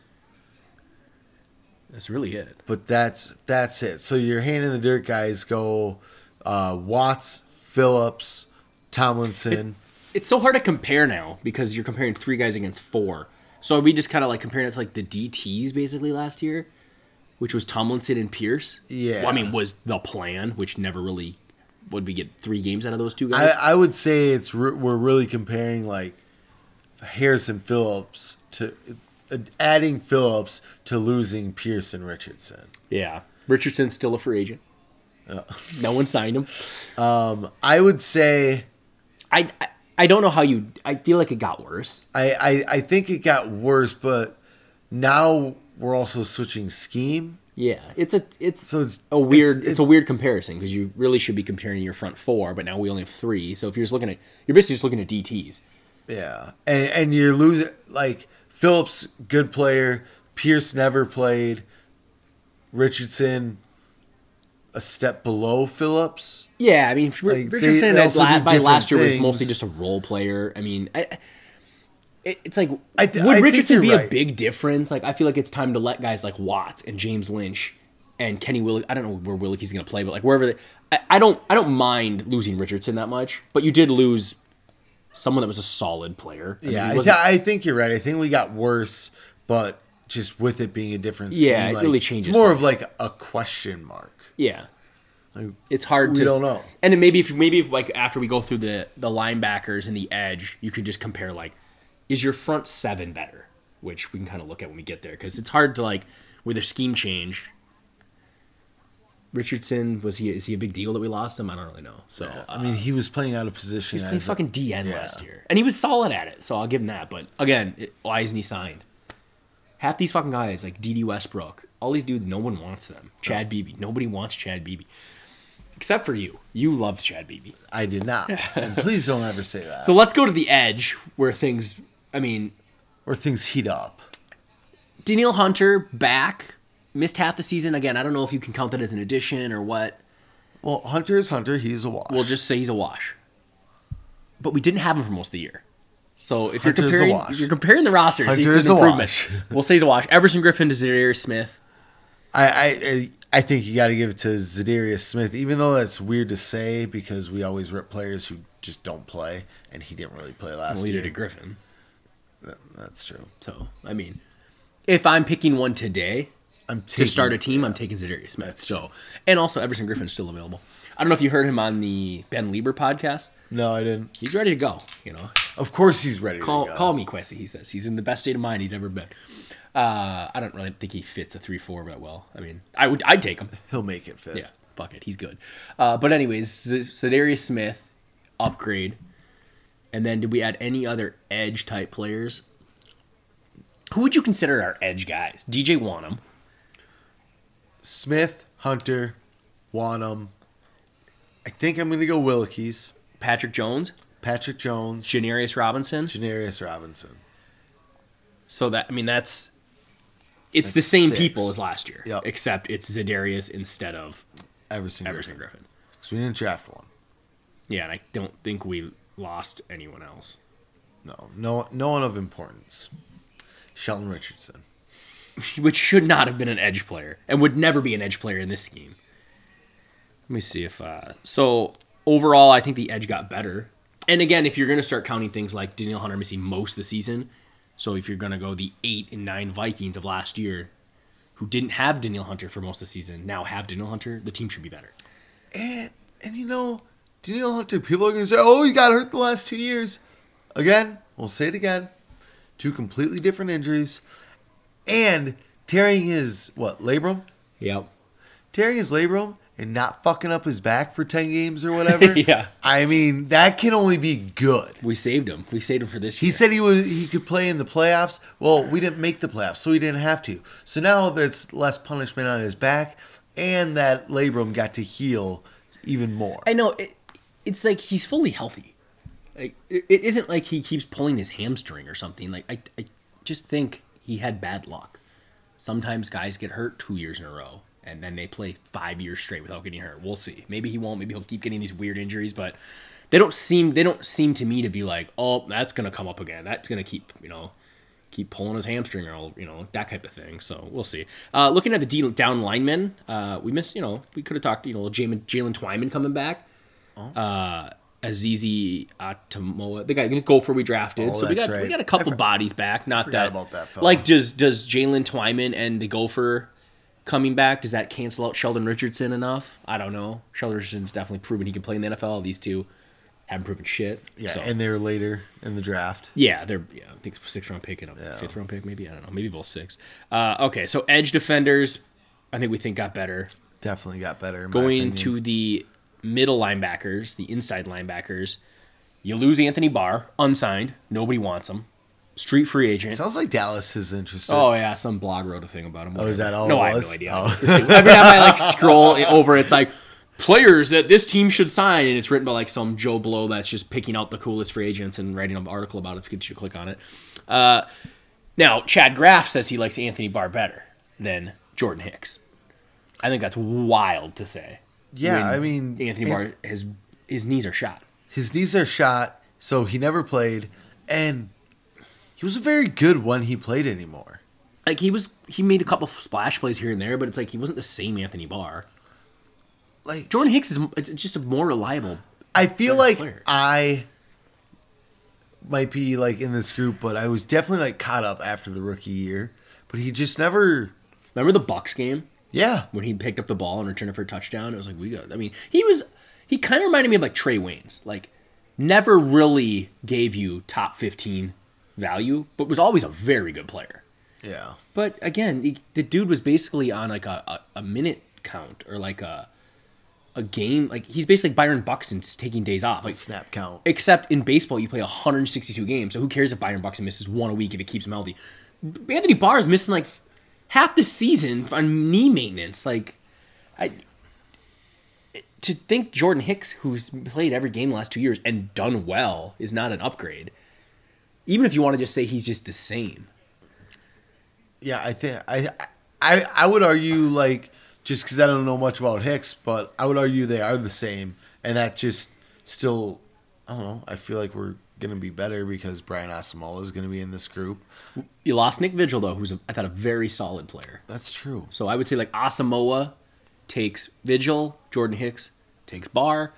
[SPEAKER 3] that's really it.
[SPEAKER 2] but that's that's it. So your hand in the dirt guys go uh, Watts, Phillips, Tomlinson.
[SPEAKER 3] It's so hard to compare now because you're comparing three guys against four. So are we just kind of like comparing it to like the DTs basically last year, which was Tomlinson and Pierce?
[SPEAKER 2] Yeah.
[SPEAKER 3] Well, I mean, was the plan, which never really would we get three games out of those two
[SPEAKER 2] I,
[SPEAKER 3] guys?
[SPEAKER 2] I would say it's re- we're really comparing like Harrison Phillips to adding Phillips to losing Pearson Richardson.
[SPEAKER 3] yeah. Uh. Richardson's still a free agent. no one signed him.
[SPEAKER 2] I would say
[SPEAKER 3] I, I I don't know how you. I feel like it got worse.
[SPEAKER 2] I, I I think it got worse, but now we're also switching scheme.
[SPEAKER 3] Yeah, it's a it's
[SPEAKER 2] So it's-
[SPEAKER 3] a weird it's,
[SPEAKER 2] it's-
[SPEAKER 3] a weird comparison because you really should be comparing your front four, but now we only have three. So if you're just looking at you're basically just looking at DTS.
[SPEAKER 2] Yeah, and and you're losing like Phillips, good player. Pierce never played. Richardson, a step below Phillips.
[SPEAKER 3] Yeah, I mean if
[SPEAKER 2] Like, they-
[SPEAKER 3] Richardson
[SPEAKER 2] they
[SPEAKER 3] at
[SPEAKER 2] also
[SPEAKER 3] la-
[SPEAKER 2] do
[SPEAKER 3] by last year
[SPEAKER 2] different
[SPEAKER 3] was mostly
[SPEAKER 2] things.
[SPEAKER 3] just a role player. I mean, I, it, it's like
[SPEAKER 2] I th- I
[SPEAKER 3] would
[SPEAKER 2] think
[SPEAKER 3] Richardson
[SPEAKER 2] you're
[SPEAKER 3] be a
[SPEAKER 2] right.
[SPEAKER 3] big difference? Like I feel like it's time to let guys like Watts and James Lynch and Kenny Willick. I don't know where Willicky's going to play, but like wherever they, I, I don't I don't mind losing Richardson that much, but you did lose someone that was a solid player. I mean,
[SPEAKER 2] Yeah,
[SPEAKER 3] he
[SPEAKER 2] I,
[SPEAKER 3] wasn't-
[SPEAKER 2] I think you're right. I think we got worse, but just with it being a different scheme,
[SPEAKER 3] Yeah, it
[SPEAKER 2] like,
[SPEAKER 3] really changes
[SPEAKER 2] It's more of
[SPEAKER 3] things.
[SPEAKER 2] like a question mark.
[SPEAKER 3] yeah.
[SPEAKER 2] Like,
[SPEAKER 3] It's hard
[SPEAKER 2] We
[SPEAKER 3] to
[SPEAKER 2] don't know.
[SPEAKER 3] And then maybe if maybe if like after we go through the the linebackers and the edge, you could just compare like is your front seven better, which we can kind of look at when we get there cuz it's hard to like with a scheme change. Richardson was he is he a big deal that we lost him? I don't really know. So
[SPEAKER 2] I mean, he was playing out of position.
[SPEAKER 3] He's playing
[SPEAKER 2] as a-
[SPEAKER 3] fucking DN
[SPEAKER 2] yeah.
[SPEAKER 3] last year, and he was solid at it, so I'll give him that. But again, it, why isn't he signed? Half these fucking guys, like D.D. Westbrook, all these dudes, no one wants them. Chad Beebe, nobody wants Chad Beebe, except for you. You loved Chad Beebe.
[SPEAKER 2] I did not. and please don't ever say that.
[SPEAKER 3] So let's go to the edge where things. I mean,
[SPEAKER 2] or things heat up.
[SPEAKER 3] Daniil Hunter back missed half the season again. I don't know if you can count that as an addition or what.
[SPEAKER 2] Well, Hunter is Hunter. He's a wash.
[SPEAKER 3] We'll just say he's a wash. But we didn't have him for most of the year. So if
[SPEAKER 2] Hunter's a
[SPEAKER 3] you're comparing,
[SPEAKER 2] wash.
[SPEAKER 3] if you're comparing the rosters,
[SPEAKER 2] Hunter's
[SPEAKER 3] it's
[SPEAKER 2] a
[SPEAKER 3] an improvement.
[SPEAKER 2] wash.
[SPEAKER 3] we'll say he's a wash. Everson Griffin, Desiree Smith.
[SPEAKER 2] I, I, I- I think you got to give it to Zadarius Smith, even though that's weird to say because we always rip players who just don't play, and he didn't really play last
[SPEAKER 3] Leader
[SPEAKER 2] year.
[SPEAKER 3] to Griffin.
[SPEAKER 2] That's true.
[SPEAKER 3] So I mean, if I'm picking one today
[SPEAKER 2] I'm taking,
[SPEAKER 3] to start a team, I'm taking Zadarius Smith. So and also Everson Griffin's still available. I don't know if you heard him on the Ben Lieber podcast.
[SPEAKER 2] No, I didn't.
[SPEAKER 3] He's ready to go. You know,
[SPEAKER 2] Of course, he's ready.
[SPEAKER 3] call
[SPEAKER 2] to go.
[SPEAKER 3] call me Quessy. He says he's in the best state of mind he's ever been. Uh, I don't really think he fits a three four that well. I mean, I would I'd take him.
[SPEAKER 2] He'll make it fit.
[SPEAKER 3] Yeah, fuck it, he's good. Uh, but anyways, Z- Za'Darius Smith upgrade, and then did we add any other edge type players? Who would you consider our edge guys? DJ Wanham.
[SPEAKER 2] Smith, Hunter, Wanham. I think I'm going to go Wilkies,
[SPEAKER 3] Patrick Jones,
[SPEAKER 2] Patrick Jones,
[SPEAKER 3] Janarius Robinson.
[SPEAKER 2] Janarius Robinson.
[SPEAKER 3] So that I mean that's it's the
[SPEAKER 2] That's
[SPEAKER 3] same
[SPEAKER 2] six.
[SPEAKER 3] people as last year,
[SPEAKER 2] Yep.
[SPEAKER 3] except it's Zedarius instead of
[SPEAKER 2] Everson.
[SPEAKER 3] Everson
[SPEAKER 2] Everson.
[SPEAKER 3] Griffin.
[SPEAKER 2] Because we didn't draft one.
[SPEAKER 3] Yeah, and I don't think we lost anyone else.
[SPEAKER 2] No, no, no one of importance. Shelton Richardson.
[SPEAKER 3] which should not have been an edge player and would never be an edge player in this scheme. Let me see if uh, so overall I think the edge got better. And again, if you're going to start counting things like Daniel Hunter missing most of the season, so if you're going to go the 8 and 9 Vikings of last year who didn't have Daniel Hunter for most of the season, now have Daniel Hunter, the team should be better.
[SPEAKER 2] And and you know, Daniel Hunter, people are gonna say, Oh, you got hurt the last two years. Again, we'll say it again. Two completely different injuries. And tearing his what, labrum?
[SPEAKER 3] Yep.
[SPEAKER 2] Tearing his labrum and not fucking up his back for ten games or whatever.
[SPEAKER 3] Yeah.
[SPEAKER 2] I mean, that can only be good.
[SPEAKER 3] We saved him. We saved him for this year.
[SPEAKER 2] He said he was he could play in the playoffs. Well, we didn't make the playoffs, so he didn't have to. So now that's less punishment on his back, and that labrum got to heal even more.
[SPEAKER 3] I know it, it's like he's fully healthy. Like it, it isn't like he keeps pulling his hamstring or something. Like I, I just think he had bad luck. Sometimes guys get hurt two years in a row and then they play five years straight without getting hurt. We'll see. Maybe he won't. Maybe he'll keep getting these weird injuries, but they don't seem they don't seem to me to be like, oh, that's gonna come up again. That's gonna keep you know keep pulling his hamstring or all, you know that type of thing. So we'll see. Uh, looking at the D down linemen, uh, we missed you know we could have talked you know Jalen Jalen Twyman coming back,
[SPEAKER 2] Oh.
[SPEAKER 3] uh, Azizi Atamoa, the guy the gopher we drafted.
[SPEAKER 2] Oh,
[SPEAKER 3] so we
[SPEAKER 2] that's
[SPEAKER 3] got we
[SPEAKER 2] right.
[SPEAKER 3] got a couple bodies back. Not
[SPEAKER 2] forgot
[SPEAKER 3] that,
[SPEAKER 2] about that fella.
[SPEAKER 3] like does does Jalen Twyman and the gopher coming back does that cancel out Sheldon Richardson enough? I don't know. Sheldon Richardson's definitely proven he can play in the NFL. These two haven't proven shit.
[SPEAKER 2] Yeah,
[SPEAKER 3] So-
[SPEAKER 2] and they were later in the draft.
[SPEAKER 3] yeah, they're yeah, I think sixth round pick and a fifth round pick, maybe I don't know, maybe both six. Uh, okay, so edge defenders, I think we think got better.
[SPEAKER 2] Definitely got better. in my
[SPEAKER 3] Going
[SPEAKER 2] opinion.
[SPEAKER 3] to the middle linebackers, the inside linebackers, you lose Anthony Barr, unsigned, nobody wants him, street free agent.
[SPEAKER 2] sounds like Dallas is interested.
[SPEAKER 3] Oh yeah, some blog wrote a thing about him. Oh,
[SPEAKER 2] is that all
[SPEAKER 3] No,
[SPEAKER 2] it
[SPEAKER 3] I have no
[SPEAKER 2] was?
[SPEAKER 3] idea.
[SPEAKER 2] Oh.
[SPEAKER 3] It's just- Every time I like scroll it over, it's like players that this team should sign, and it's written by like some Joe Blow that's just picking out the coolest free agents and writing an article about it. If you could click on it. Uh, now Chad Graff says he likes Anthony Barr better than Jordan Hicks. I think that's wild to say.
[SPEAKER 2] yeah,
[SPEAKER 3] when
[SPEAKER 2] I mean, and
[SPEAKER 3] Anthony Barr his his knees are shot.
[SPEAKER 2] his knees are shot, so he never played, and he was very good when he played anymore.
[SPEAKER 3] Like he was, he made a couple splash plays here and there, but it's like he wasn't the same Anthony Barr.
[SPEAKER 2] Like
[SPEAKER 3] Jordan Hicks is it's just a more reliable
[SPEAKER 2] I feel
[SPEAKER 3] better
[SPEAKER 2] like
[SPEAKER 3] player.
[SPEAKER 2] I might be like in this group, but I was definitely like caught up after the rookie year. But he just never,
[SPEAKER 3] Remember the Bucks game
[SPEAKER 2] yeah,
[SPEAKER 3] when he picked up the ball and returned it for a touchdown? It was like we got. I mean, he was he kind of reminded me of like Trey Wayne's, like never really gave you top fifteen value, but was always a very good player.
[SPEAKER 2] yeah.
[SPEAKER 3] But again, the, the dude was basically on like a, a, a minute count or like a a game. Like he's basically Byron Buxton just taking days off. Like
[SPEAKER 2] Snap count.
[SPEAKER 3] Except in baseball, you play 162 games, so who cares if Byron Buxton misses one a week if it keeps him healthy? Anthony Barr is missing like f- half the season on knee maintenance. Like, I to think Jordan Hicks, who's played every game the last two years and done well, is not an upgrade. Even if you want to just say he's just the same,
[SPEAKER 2] Yeah, I think I I I would argue like just because I don't know much about Hicks, but I would argue they are the same, and that just still, I don't know. I feel like we're gonna be better because Brian Osamola is gonna be in this group.
[SPEAKER 3] You lost Nick Vigil though, who's a, I thought a very solid player.
[SPEAKER 2] That's true.
[SPEAKER 3] So I would say like Asamoah takes Vigil, Jordan Hicks takes Barr.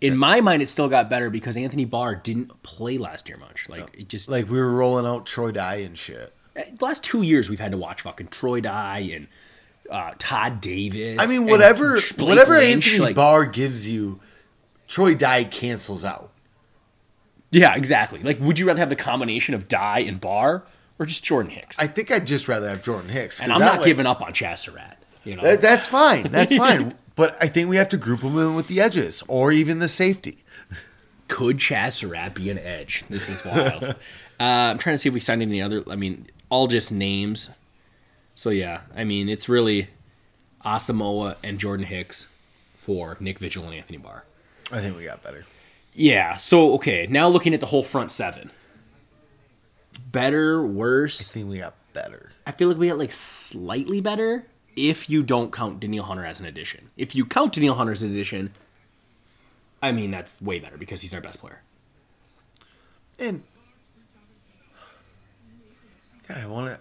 [SPEAKER 3] In my mind, it still got better because Anthony Barr didn't play last year much. Like it just
[SPEAKER 2] Like we were rolling out Troy Dye and shit.
[SPEAKER 3] the last two years we've had to watch fucking Troy Dye and uh, Todd Davis.
[SPEAKER 2] I mean,
[SPEAKER 3] and
[SPEAKER 2] whatever,
[SPEAKER 3] Blake
[SPEAKER 2] whatever
[SPEAKER 3] Lynch,
[SPEAKER 2] Anthony
[SPEAKER 3] like-
[SPEAKER 2] Barr gives you, Troy Dye cancels out.
[SPEAKER 3] Yeah, exactly. Like, would you rather have the combination of Dye and Barr or just Jordan Hicks?
[SPEAKER 2] I think I'd just rather have Jordan Hicks. 'cause
[SPEAKER 3] and I'm
[SPEAKER 2] that
[SPEAKER 3] not
[SPEAKER 2] way-
[SPEAKER 3] giving up on Chasserat. You know,
[SPEAKER 2] That- that's fine. That's fine. But I think we have to group them in with the edges or even the safety.
[SPEAKER 3] could Chasserat be an edge? This is wild. uh, I'm trying to see if we signed any other. I mean, all just names. So yeah, I mean, it's really Asamoah and Jordan Hicks for Nick Vigil and Anthony Barr.
[SPEAKER 2] I think we got better.
[SPEAKER 3] Yeah. So okay, now looking at the whole front seven. Better,
[SPEAKER 2] I
[SPEAKER 3] worse.
[SPEAKER 2] think we got better.
[SPEAKER 3] I feel like we got like slightly better if you don't count Daniel Hunter as an addition. If you count Daniel Hunter as an addition, I mean that's way better because he's our best player.
[SPEAKER 2] And God, I want to.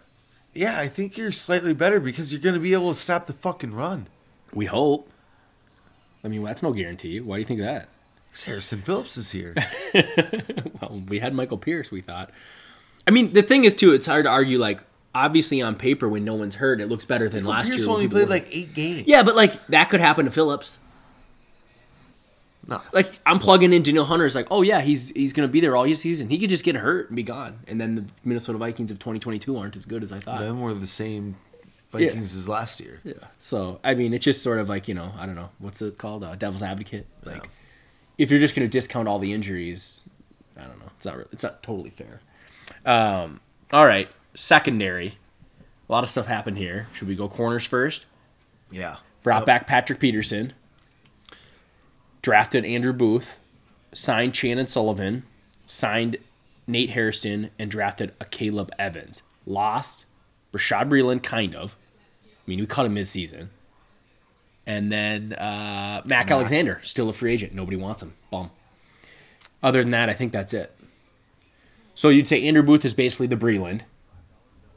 [SPEAKER 2] Yeah, I think you're slightly better because you're going to be able to stop the fucking run.
[SPEAKER 3] We hope. I mean that's no guarantee. Why do you think that?
[SPEAKER 2] 'Cause Harrison Phillips is here.
[SPEAKER 3] Well, we had Michael Pierce. We thought. I mean the thing is too. It's hard to argue. Like obviously on paper when no one's hurt, it looks better than last
[SPEAKER 2] Pierce
[SPEAKER 3] year. when
[SPEAKER 2] only
[SPEAKER 3] people
[SPEAKER 2] played
[SPEAKER 3] were-
[SPEAKER 2] like eight games.
[SPEAKER 3] yeah, but like that could happen to Phillips.
[SPEAKER 2] no.
[SPEAKER 3] like I'm plugging in Daniel Hunter. It's like, oh yeah, he's he's gonna be there all year season. He could just get hurt and be gone, and then the Minnesota Vikings of 2022 aren't as good as I thought.
[SPEAKER 2] them were the same Vikings as last year.
[SPEAKER 3] So I mean, it's just sort of like you know, I don't know what's it called, uh, devil's advocate. Like, if you're just gonna discount all the injuries, I don't know. It's not really, it's not totally fair. Um, all right, secondary. A lot of stuff happened here. Should we go corners first?
[SPEAKER 2] Yeah.
[SPEAKER 3] Brought
[SPEAKER 2] Yep.
[SPEAKER 3] back Patrick Peterson. Drafted Andrew Booth. Signed Shannon Sullivan. Signed Nate Harrison and drafted a Caleb Evans. Lost Rashad Breeland, kind of. I mean, we cut him mid-season. And then uh, Mac Alexander, still a free agent. Nobody wants him. Bum. Other than that, I think that's it. So you'd say Andrew Booth is basically the Breeland,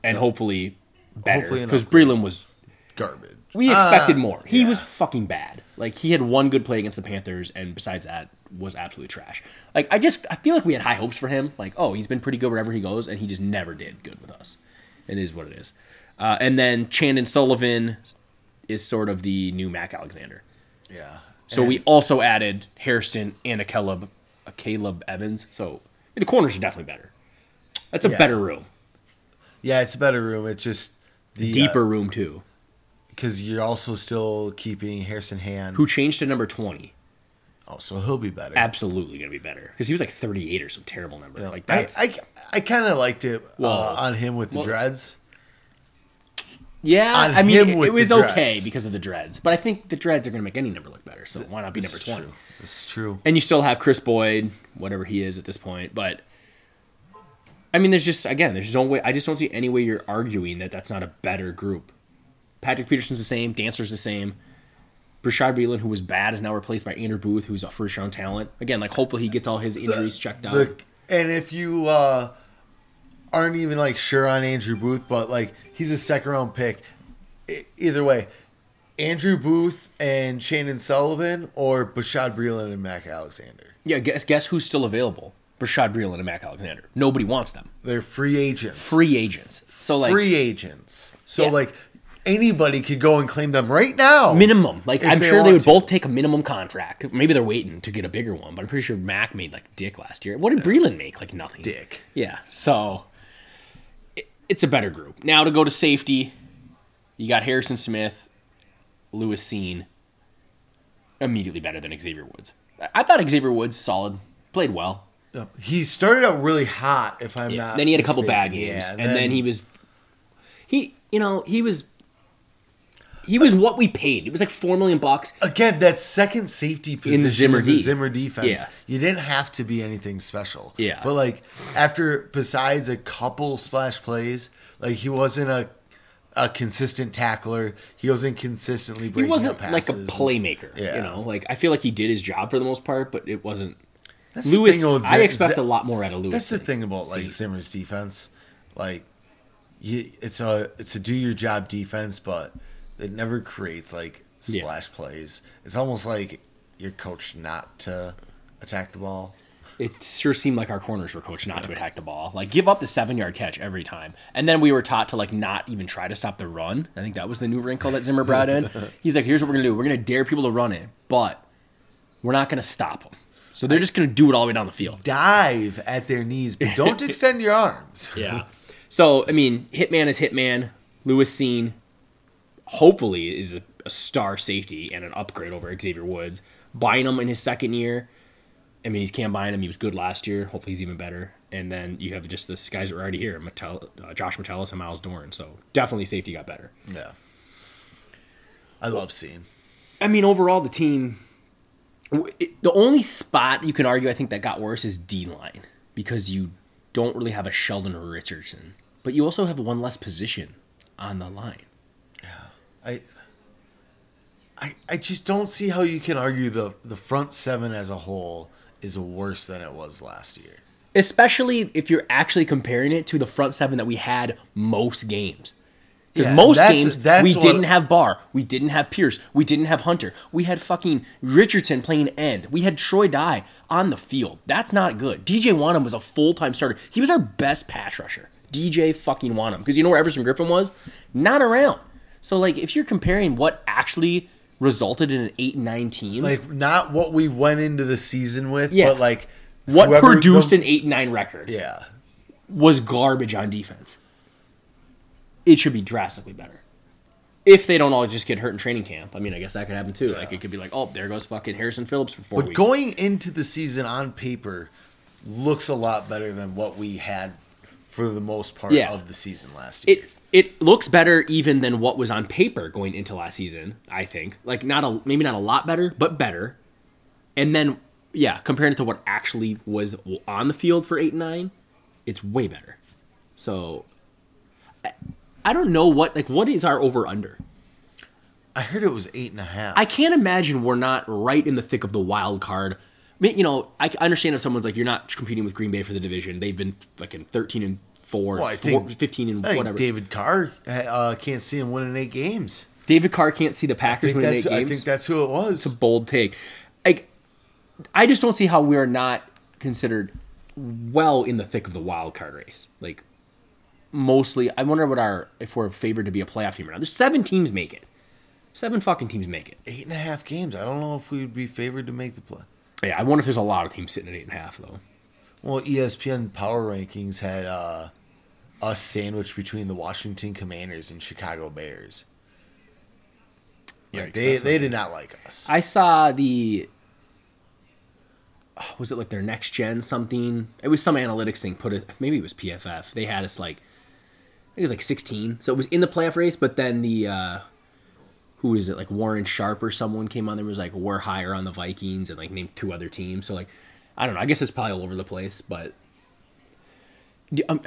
[SPEAKER 3] and hopefully better
[SPEAKER 2] Hopefully an
[SPEAKER 3] because Breeland was
[SPEAKER 2] Garbage.
[SPEAKER 3] we expected
[SPEAKER 2] Uh,
[SPEAKER 3] more. He was fucking bad. Like he had one good play against the Panthers, and besides that, was absolute trash. Like I just I feel like we had high hopes for him. Like oh, he's been pretty good wherever he goes, and he just never did good with us. It is what it is. Uh, and then Chandon Sullivan is sort of the new Mac Alexander.
[SPEAKER 2] Yeah.
[SPEAKER 3] So we also added Harrison and a Caleb, a Caleb Evans. So the corners are definitely better. That's a
[SPEAKER 2] Yeah.
[SPEAKER 3] better room,
[SPEAKER 2] Yeah, it's a better room. It's just the
[SPEAKER 3] deeper room too.
[SPEAKER 2] because you're also still keeping Harrison Hand.
[SPEAKER 3] Who changed to number twenty?
[SPEAKER 2] Oh, so he'll be better.
[SPEAKER 3] absolutely going to be better because he was like 38 or some terrible number. Like
[SPEAKER 2] I,
[SPEAKER 3] that's
[SPEAKER 2] I, I kind of liked it uh,
[SPEAKER 3] Well,
[SPEAKER 2] on him with the
[SPEAKER 3] well-
[SPEAKER 2] dreads.
[SPEAKER 3] yeah.
[SPEAKER 2] on
[SPEAKER 3] I mean,
[SPEAKER 2] him
[SPEAKER 3] it,
[SPEAKER 2] with
[SPEAKER 3] it was
[SPEAKER 2] the
[SPEAKER 3] okay
[SPEAKER 2] dreads.
[SPEAKER 3] because of the dreads, but I think the dreads are going to make any number look better. So why not be number
[SPEAKER 2] This is
[SPEAKER 3] 20?
[SPEAKER 2] true. This is true.
[SPEAKER 3] And you still have Chris Boyd, whatever he is at this point, but. I mean, there's just again, there's just no way. I just don't see any way you're arguing that that's not a better group. Patrick Peterson's the same, Dancer's the same. Brashad Breeland, who was bad, is now replaced by Andrew Booth, who's a first round talent. Again, like hopefully he gets all his injuries checked out.
[SPEAKER 2] Look, and if you uh, aren't even like sure on Andrew Booth, but like he's a second round pick. E- either way, Andrew Booth and Shannon Sullivan or Bashad Breeland and Mac Alexander.
[SPEAKER 3] Yeah, guess guess who's still available? Brashad Breeland and Mac Alexander. Nobody wants them.
[SPEAKER 2] They're free agents.
[SPEAKER 3] Free agents. So like
[SPEAKER 2] free agents. So
[SPEAKER 3] Yeah.
[SPEAKER 2] like anybody could go and claim them right now.
[SPEAKER 3] minimum. Like
[SPEAKER 2] If
[SPEAKER 3] I'm
[SPEAKER 2] they
[SPEAKER 3] sure they
[SPEAKER 2] want
[SPEAKER 3] would
[SPEAKER 2] to.
[SPEAKER 3] both take a minimum contract. Maybe they're waiting to get a bigger one, but I'm pretty sure Mac made like dick last year. What did Breeland make? Like nothing.
[SPEAKER 2] Dick.
[SPEAKER 3] Yeah. So it, it's a better group. Now to go to safety, you got Harrison Smith, Lewis Seen, immediately better than Xavier Woods. I- I thought Xavier Woods solid, played well.
[SPEAKER 2] He started out really hot, if I'm
[SPEAKER 3] Yeah.
[SPEAKER 2] not.
[SPEAKER 3] Then he had a couple bad
[SPEAKER 2] mistaken.
[SPEAKER 3] games,
[SPEAKER 2] Yeah,
[SPEAKER 3] and, then, he was he you know he was he was what we paid. It was like four million bucks.
[SPEAKER 2] again that second safety position in the
[SPEAKER 3] Zimmer
[SPEAKER 2] Zimmer,
[SPEAKER 3] D.
[SPEAKER 2] defense.
[SPEAKER 3] Yeah.
[SPEAKER 2] You didn't have to be anything special.
[SPEAKER 3] Yeah.
[SPEAKER 2] but like after besides a couple splash plays, like he wasn't a a consistent tackler. He wasn't consistently
[SPEAKER 3] He
[SPEAKER 2] breaking
[SPEAKER 3] wasn't
[SPEAKER 2] up
[SPEAKER 3] like a
[SPEAKER 2] passes.
[SPEAKER 3] playmaker. You
[SPEAKER 2] Yeah.
[SPEAKER 3] know, like I feel like he did his job for the most part, but it wasn't.
[SPEAKER 2] That's the
[SPEAKER 3] Lewis,
[SPEAKER 2] thing with
[SPEAKER 3] I
[SPEAKER 2] Zach-
[SPEAKER 3] expect
[SPEAKER 2] Zach-
[SPEAKER 3] a lot more out of Lewis.
[SPEAKER 2] That's the thing about like
[SPEAKER 3] See.
[SPEAKER 2] Zimmer's defense, like you, it's a it's a do your job defense, but it never creates like
[SPEAKER 3] Yeah.
[SPEAKER 2] splash plays. It's almost like you're coached not to attack the ball.
[SPEAKER 3] It sure seemed like our corners were coached not to attack the ball, like give up the seven yard catch every time. And then we were taught to like not even try to stop the run. I think that was the new wrinkle that Zimmer brought in. He's like, here's what we're gonna do: we're gonna dare people to run it, but we're not gonna stop them. So they're just gonna do it all the way down the field.
[SPEAKER 2] Dive at their knees, but don't extend your arms.
[SPEAKER 3] Yeah. So I mean, Hitman is Hitman. Lewis Seen, hopefully, is a, a star safety and an upgrade over Xavier Woods. Bynum in his second year. I mean, he's Cam Bynum. He was good last year. Hopefully, he's even better. And then you have just the guys that are already here: Mattel, uh, Josh Metellus and Miles Dorn. So definitely, safety got better.
[SPEAKER 2] Yeah, I love seeing.
[SPEAKER 3] I mean, overall, the team. w- it- The only spot you can argue, I think, that got worse is D line because you don't really have a Sheldon or Richardson, but you also have one less position on the line.
[SPEAKER 2] I, I, I just don't see how you can argue the the front seven as a whole is worse than it was last year.
[SPEAKER 3] especially if you're actually comparing it to the front seven that we had most games. Because
[SPEAKER 2] Yeah,
[SPEAKER 3] most
[SPEAKER 2] that's-
[SPEAKER 3] games,
[SPEAKER 2] that's
[SPEAKER 3] we
[SPEAKER 2] what-
[SPEAKER 3] didn't have Barr, we didn't have Pierce, we didn't have Hunter, we had fucking Richardson playing end, we had Troy Dye on the field. That's not good. DJ Wanham was a full time starter. He was our best pass rusher. DJ fucking Wanham. Because you know where Everson Griffin was? Not around. So like, if you're comparing what actually resulted in an eight and nine team,
[SPEAKER 2] like not what we went into the season with,
[SPEAKER 3] Yeah.
[SPEAKER 2] but like
[SPEAKER 3] what
[SPEAKER 2] whoever-
[SPEAKER 3] produced
[SPEAKER 2] the-
[SPEAKER 3] an eight and nine record?
[SPEAKER 2] yeah,
[SPEAKER 3] was garbage on defense. It should be drastically better. If they don't all just get hurt in training camp, I mean, I guess that could happen too. Like it could be like, oh, there goes fucking Harrison Phillips for four
[SPEAKER 2] but
[SPEAKER 3] weeks.
[SPEAKER 2] going into the season on paper looks a lot better than what we had for the most part
[SPEAKER 3] Yeah.
[SPEAKER 2] of the season last year.
[SPEAKER 3] it it looks better even than what was on paper going into last season. I think like not a maybe not a lot better, but better. And then yeah, comparing it to what actually was on the field for eight and nine, it's way better. So I, I don't know what like what is our over under.
[SPEAKER 2] I heard it was eight and a half.
[SPEAKER 3] I can't imagine we're not right in the thick of the wild card. I mean, you know, I I understand if someone's like, you're not competing with Green Bay for the division. They've been like in 13 and 4,
[SPEAKER 2] Well, I
[SPEAKER 3] four-
[SPEAKER 2] think-
[SPEAKER 3] 15 and
[SPEAKER 2] I think
[SPEAKER 3] whatever. David,
[SPEAKER 2] David Carr uh, can't see him winning eight games.
[SPEAKER 3] Carr can't see the
[SPEAKER 2] I
[SPEAKER 3] Packers
[SPEAKER 2] think,
[SPEAKER 3] winning
[SPEAKER 2] that's,
[SPEAKER 3] eight
[SPEAKER 2] I
[SPEAKER 3] games.
[SPEAKER 2] think that's who it was.
[SPEAKER 3] bold take. Like, I just don't see how we are not considered well in the thick of the wild card race. Like, mostly, I wonder what our if we're favored to be a playoff team or not. There's seven teams make it. Seven fucking teams make it.
[SPEAKER 2] Eight and a half games. I don't know if we would be favored to make the play.
[SPEAKER 3] Yeah, I wonder if there's a lot of teams sitting at eight and a half though.
[SPEAKER 2] Well, E ESPN Power Rankings had uh, us sandwiched between the Washington Commanders and Chicago Bears. Like,
[SPEAKER 3] Yikes,
[SPEAKER 2] they
[SPEAKER 3] that's
[SPEAKER 2] they did not like us.
[SPEAKER 3] I saw the oh, was it like their next gen something? It was some analytics thing. Put it maybe it was PFF. They had us like I think it was like 16, so it was in the playoff race. But then the uh, who is it like Warren Sharp or someone came on there and was like we're higher on the Vikings and like named two other teams. So like I don't know. I guess it's probably all over the place. But do, um,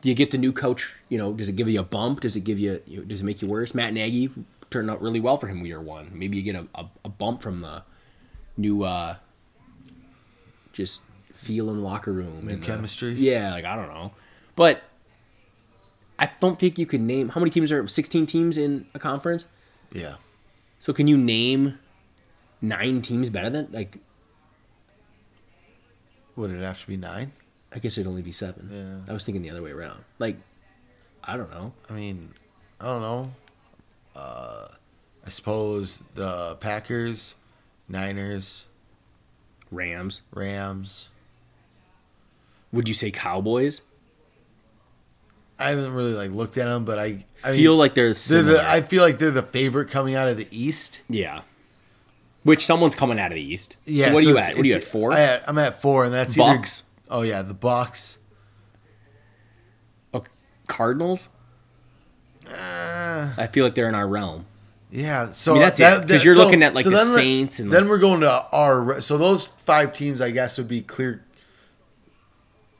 [SPEAKER 3] do you get the new coach? You know, does it give you a bump? Does it give you? you know, does it make you worse? Matt Nagy turned out really well for him year one. Maybe you get a, a, a bump from the new uh, just feel in locker room and the-
[SPEAKER 2] chemistry?
[SPEAKER 3] yeah, like I don't know, but I don't think you could name how many teams are sixteen teams in a conference.
[SPEAKER 2] yeah.
[SPEAKER 3] So can you name nine teams better than like?
[SPEAKER 2] Would it have to be nine?
[SPEAKER 3] I guess it'd only be seven.
[SPEAKER 2] Yeah.
[SPEAKER 3] I was thinking the other way around. Like, I don't know.
[SPEAKER 2] I mean, I don't know. Uh, I suppose the Packers, Niners,
[SPEAKER 3] Rams.
[SPEAKER 2] Rams.
[SPEAKER 3] Would you say Cowboys?
[SPEAKER 2] I haven't really like looked at them, but I, I
[SPEAKER 3] feel
[SPEAKER 2] mean,
[SPEAKER 3] like they're
[SPEAKER 2] they're
[SPEAKER 3] similar.
[SPEAKER 2] the, I feel like they're the favorite coming out of the East.
[SPEAKER 3] yeah. Which someone's coming out of the East.
[SPEAKER 2] Yeah.
[SPEAKER 3] So what
[SPEAKER 2] so
[SPEAKER 3] are you
[SPEAKER 2] it's-
[SPEAKER 3] at? What are you at
[SPEAKER 2] it's-
[SPEAKER 3] four?
[SPEAKER 2] I am at four, and that's either-
[SPEAKER 3] Bucks.
[SPEAKER 2] oh yeah, the Bucks.
[SPEAKER 3] Oh, Cardinals.
[SPEAKER 2] Uh,
[SPEAKER 3] I feel like they're in our realm.
[SPEAKER 2] yeah, so
[SPEAKER 3] I mean, that's it, 'cause you're looking at, like, the
[SPEAKER 2] then,
[SPEAKER 3] Saints and,
[SPEAKER 2] then
[SPEAKER 3] like-
[SPEAKER 2] we're going to our so those five teams I guess would be clear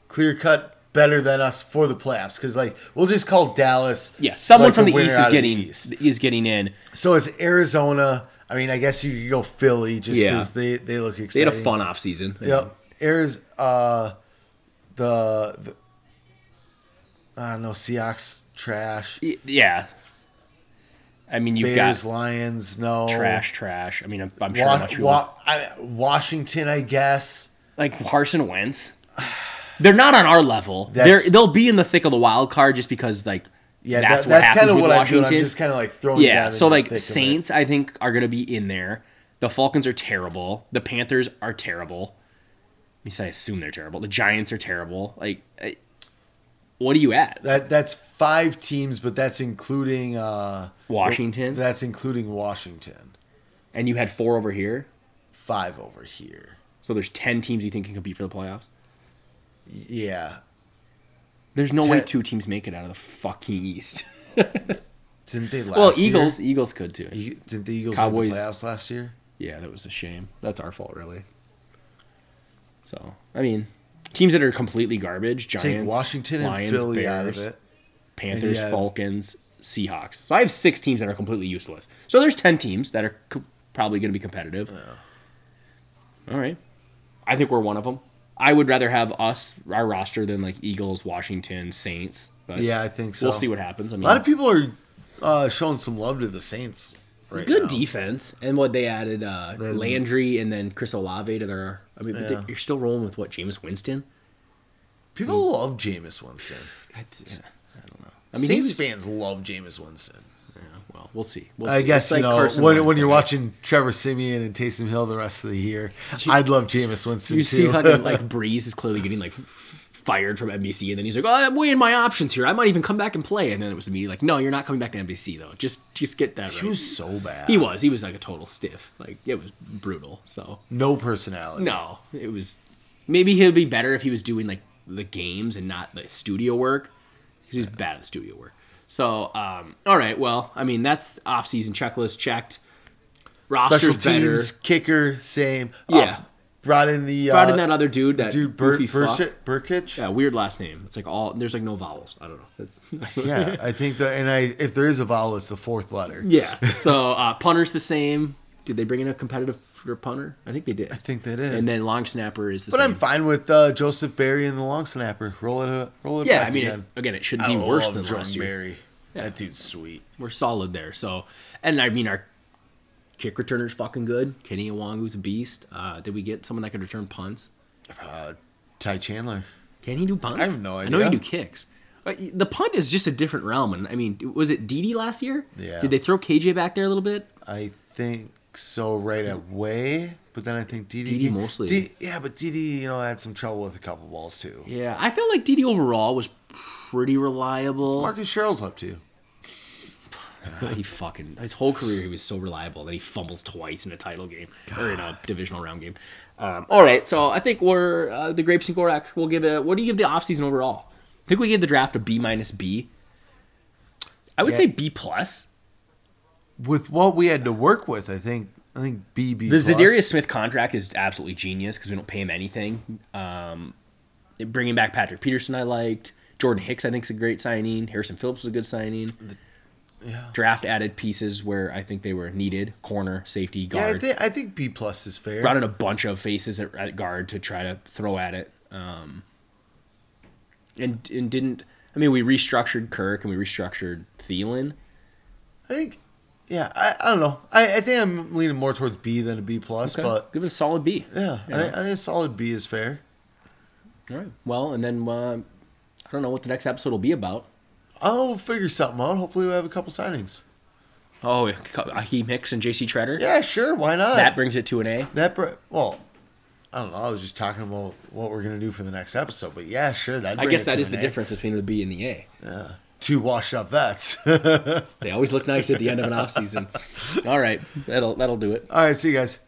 [SPEAKER 2] clear cut better than us for the playoffs because like we'll just call Dallas.
[SPEAKER 3] Yeah, someone
[SPEAKER 2] like,
[SPEAKER 3] from the
[SPEAKER 2] winner
[SPEAKER 3] East
[SPEAKER 2] out
[SPEAKER 3] is
[SPEAKER 2] of the
[SPEAKER 3] getting
[SPEAKER 2] East.
[SPEAKER 3] is getting in.
[SPEAKER 2] So it's Arizona. I mean, I guess you could go Philly just
[SPEAKER 3] Yeah.
[SPEAKER 2] because they they look exciting.
[SPEAKER 3] They had a fun off season.
[SPEAKER 2] Yep. Arizona. Uh, the, the I don't know Seahawks trash.
[SPEAKER 3] Y- Yeah. I mean, you've
[SPEAKER 2] Bears
[SPEAKER 3] got
[SPEAKER 2] Lions no
[SPEAKER 3] trash, trash. I mean, I'm, I'm sure
[SPEAKER 2] Wa-
[SPEAKER 3] much
[SPEAKER 2] Wa- I- Washington, I guess.
[SPEAKER 3] like Carson Wentz. They're not on our level.
[SPEAKER 2] That's-
[SPEAKER 3] They're they'll be in the thick of the wild card just because like
[SPEAKER 2] Yeah,
[SPEAKER 3] that's
[SPEAKER 2] that,
[SPEAKER 3] what
[SPEAKER 2] that's
[SPEAKER 3] happens
[SPEAKER 2] kind of
[SPEAKER 3] with
[SPEAKER 2] what I'm doing.
[SPEAKER 3] Washington.
[SPEAKER 2] I'm just kind of like throwing.
[SPEAKER 3] yeah,
[SPEAKER 2] down
[SPEAKER 3] so
[SPEAKER 2] in the
[SPEAKER 3] like
[SPEAKER 2] thick of it.
[SPEAKER 3] Saints, I think are gonna be in there. The Falcons are terrible. The Panthers are terrible. At least I assume they're terrible. The Giants are terrible. Like, I, what are you at?
[SPEAKER 2] That that's five teams, but that's including uh,
[SPEAKER 3] Washington?
[SPEAKER 2] That's including Washington.
[SPEAKER 3] And you had four over here,
[SPEAKER 2] Five over here.
[SPEAKER 3] so there's ten teams you think can compete for the playoffs.
[SPEAKER 2] Yeah,
[SPEAKER 3] There's no way
[SPEAKER 2] Ten-
[SPEAKER 3] two teams make it out of the fucking East.
[SPEAKER 2] didn't they last?
[SPEAKER 3] Well,
[SPEAKER 2] year?
[SPEAKER 3] Eagles, Eagles could too.
[SPEAKER 2] E- Didn't the Eagles
[SPEAKER 3] Cowboys.
[SPEAKER 2] make the playoffs last year?
[SPEAKER 3] Yeah, that was a shame. That's our fault, really. So, I mean, teams that are completely garbage: Giants,
[SPEAKER 2] Take Washington
[SPEAKER 3] Lions,
[SPEAKER 2] and Philly
[SPEAKER 3] Bears,
[SPEAKER 2] out of it.
[SPEAKER 3] Panthers,
[SPEAKER 2] And yeah.
[SPEAKER 3] Falcons, Seahawks. So I have six teams that are completely useless. So there's ten teams that are co- probably going to be competitive. All right, I think we're one of them. I would rather have us our roster than like Eagles, Washington, Saints. But
[SPEAKER 2] Yeah, I think so.
[SPEAKER 3] we'll see what happens. I mean,
[SPEAKER 2] A lot of people are uh, showing some love to the Saints. Right
[SPEAKER 3] good
[SPEAKER 2] now.
[SPEAKER 3] defense and what they added uh,
[SPEAKER 2] They-
[SPEAKER 3] Landry and then Chris Olave to their. I mean, but they-
[SPEAKER 2] Yeah.
[SPEAKER 3] you're still rolling with what Jameis Winston.
[SPEAKER 2] People love Jameis Winston.
[SPEAKER 3] I, don't know. I mean,
[SPEAKER 2] Saints
[SPEAKER 3] he
[SPEAKER 2] fans love Jameis Winston.
[SPEAKER 3] was- well, we'll see. We'll
[SPEAKER 2] I
[SPEAKER 3] see.
[SPEAKER 2] guess
[SPEAKER 3] It's
[SPEAKER 2] you
[SPEAKER 3] like
[SPEAKER 2] know
[SPEAKER 3] Carson
[SPEAKER 2] when, when
[SPEAKER 3] Wentz,
[SPEAKER 2] you're
[SPEAKER 3] I guess.
[SPEAKER 2] watching Trevor Simeon and Taysom Hill the rest of the year, I'd love Jameis Winston
[SPEAKER 3] You
[SPEAKER 2] too.
[SPEAKER 3] see fucking like Breeze is clearly getting like f- f- fired from NBC, and then he's like, "Oh, I'm weighing my options here. I might even come back and play." And then it was immediately like, "No, you're not coming back to NBC though. Just just get that right."
[SPEAKER 2] he was so bad.
[SPEAKER 3] he was. He was like a total stiff. Like it was brutal. So
[SPEAKER 2] no personality.
[SPEAKER 3] No, it was maybe he'd be better if he was doing like the games and not the studio work because he's bad at the studio work. So, um, all right, well, I mean that's off-season checklist checked.
[SPEAKER 2] Special
[SPEAKER 3] Roster's better.
[SPEAKER 2] teams, kicker, same.
[SPEAKER 3] Yeah.
[SPEAKER 2] Oh, brought in the
[SPEAKER 3] Brought
[SPEAKER 2] uh,
[SPEAKER 3] in that other dude, that
[SPEAKER 2] dude Bur-
[SPEAKER 3] Bur- fuck.
[SPEAKER 2] Bursi- Burkic.
[SPEAKER 3] Yeah, weird last name. It's like all there's like no vowels. I don't know. That's
[SPEAKER 2] Yeah, I think that, and I if there is a vowel, it's the fourth letter.
[SPEAKER 3] yeah. So uh, punter's the same. Did they bring in a competitive for punter? I think they did.
[SPEAKER 2] I think that is.
[SPEAKER 3] And then long snapper is the
[SPEAKER 2] but
[SPEAKER 3] same.
[SPEAKER 2] I'm fine with uh, Joseph Berry and the long snapper. Roll it, uh, roll it.
[SPEAKER 3] yeah,
[SPEAKER 2] back
[SPEAKER 3] I mean, it,
[SPEAKER 2] again.
[SPEAKER 3] again, it shouldn't
[SPEAKER 2] I
[SPEAKER 3] be
[SPEAKER 2] love
[SPEAKER 3] worse than
[SPEAKER 2] Jordan
[SPEAKER 3] last year.
[SPEAKER 2] Berry. That dude's sweet.
[SPEAKER 3] we're solid there. So, and I mean our kick returner's fucking good. Kenny Iwangu's a beast. Uh, did we get someone that could return punts?
[SPEAKER 2] Uh, Ty Chandler.
[SPEAKER 3] Can he do punts?
[SPEAKER 2] I have no
[SPEAKER 3] I know he
[SPEAKER 2] idea.
[SPEAKER 3] can do kicks. But the punt is just a different realm. And I mean, was it DD last year?
[SPEAKER 2] Yeah.
[SPEAKER 3] Did they throw KJ back there a little bit?
[SPEAKER 2] I think so right away, but then I think DD,
[SPEAKER 3] DD mostly.
[SPEAKER 2] D- yeah, but DD you know had some trouble with a couple balls too.
[SPEAKER 3] Yeah, I felt like DD overall was pretty reliable. Uh,
[SPEAKER 2] Marcus Sherrill's up to.
[SPEAKER 3] he fucking his whole career he was so reliable that he fumbles twice in a title game or in a divisional round game. Um, all right, so I think we're uh, the Grapes and Gorak. will give it. What do you give the offseason overall? I think we gave the draft a B minus B. I would
[SPEAKER 2] Yeah.
[SPEAKER 3] say B plus.
[SPEAKER 2] With what we had to work with, I think I think BB.
[SPEAKER 3] The
[SPEAKER 2] plus.
[SPEAKER 3] Zadarius Smith contract is absolutely genius because we don't pay him anything. Um, bringing back Patrick Peterson, I liked. Jordan Hicks, I think, is a great signing. Harrison Phillips is a good signing.
[SPEAKER 2] yeah.
[SPEAKER 3] Draft added pieces where I think they were needed: corner, safety,
[SPEAKER 2] Yeah,
[SPEAKER 3] guard.
[SPEAKER 2] I think I think B plus is fair.
[SPEAKER 3] brought in a bunch of faces at, at guard to try to throw at it. Um, and and didn't I mean we restructured Kirk and we restructured Thielen.
[SPEAKER 2] I think, yeah, I, I don't know. I, I think I'm leaning more towards B than a B plus,
[SPEAKER 3] Okay,
[SPEAKER 2] but
[SPEAKER 3] give it a solid B.
[SPEAKER 2] yeah, I, think- I think a solid B is fair.
[SPEAKER 3] All right. Well, and then uh, I don't know what the next episode will be about.
[SPEAKER 2] I'll figure something out. Hopefully, we have a couple signings.
[SPEAKER 3] Oh, Akeem Hicks and J.C. Treader.
[SPEAKER 2] Yeah, sure. Why not?
[SPEAKER 3] That brings it to an A.
[SPEAKER 2] That br- well, I don't know. I was just talking about what we're gonna do for the next episode, but yeah, sure. That
[SPEAKER 3] I guess that is the difference between the B and the A.
[SPEAKER 2] Two washed up vets.
[SPEAKER 3] They always look nice at the end of an off season. All right, that'll that'll do it.
[SPEAKER 2] All right, see you guys.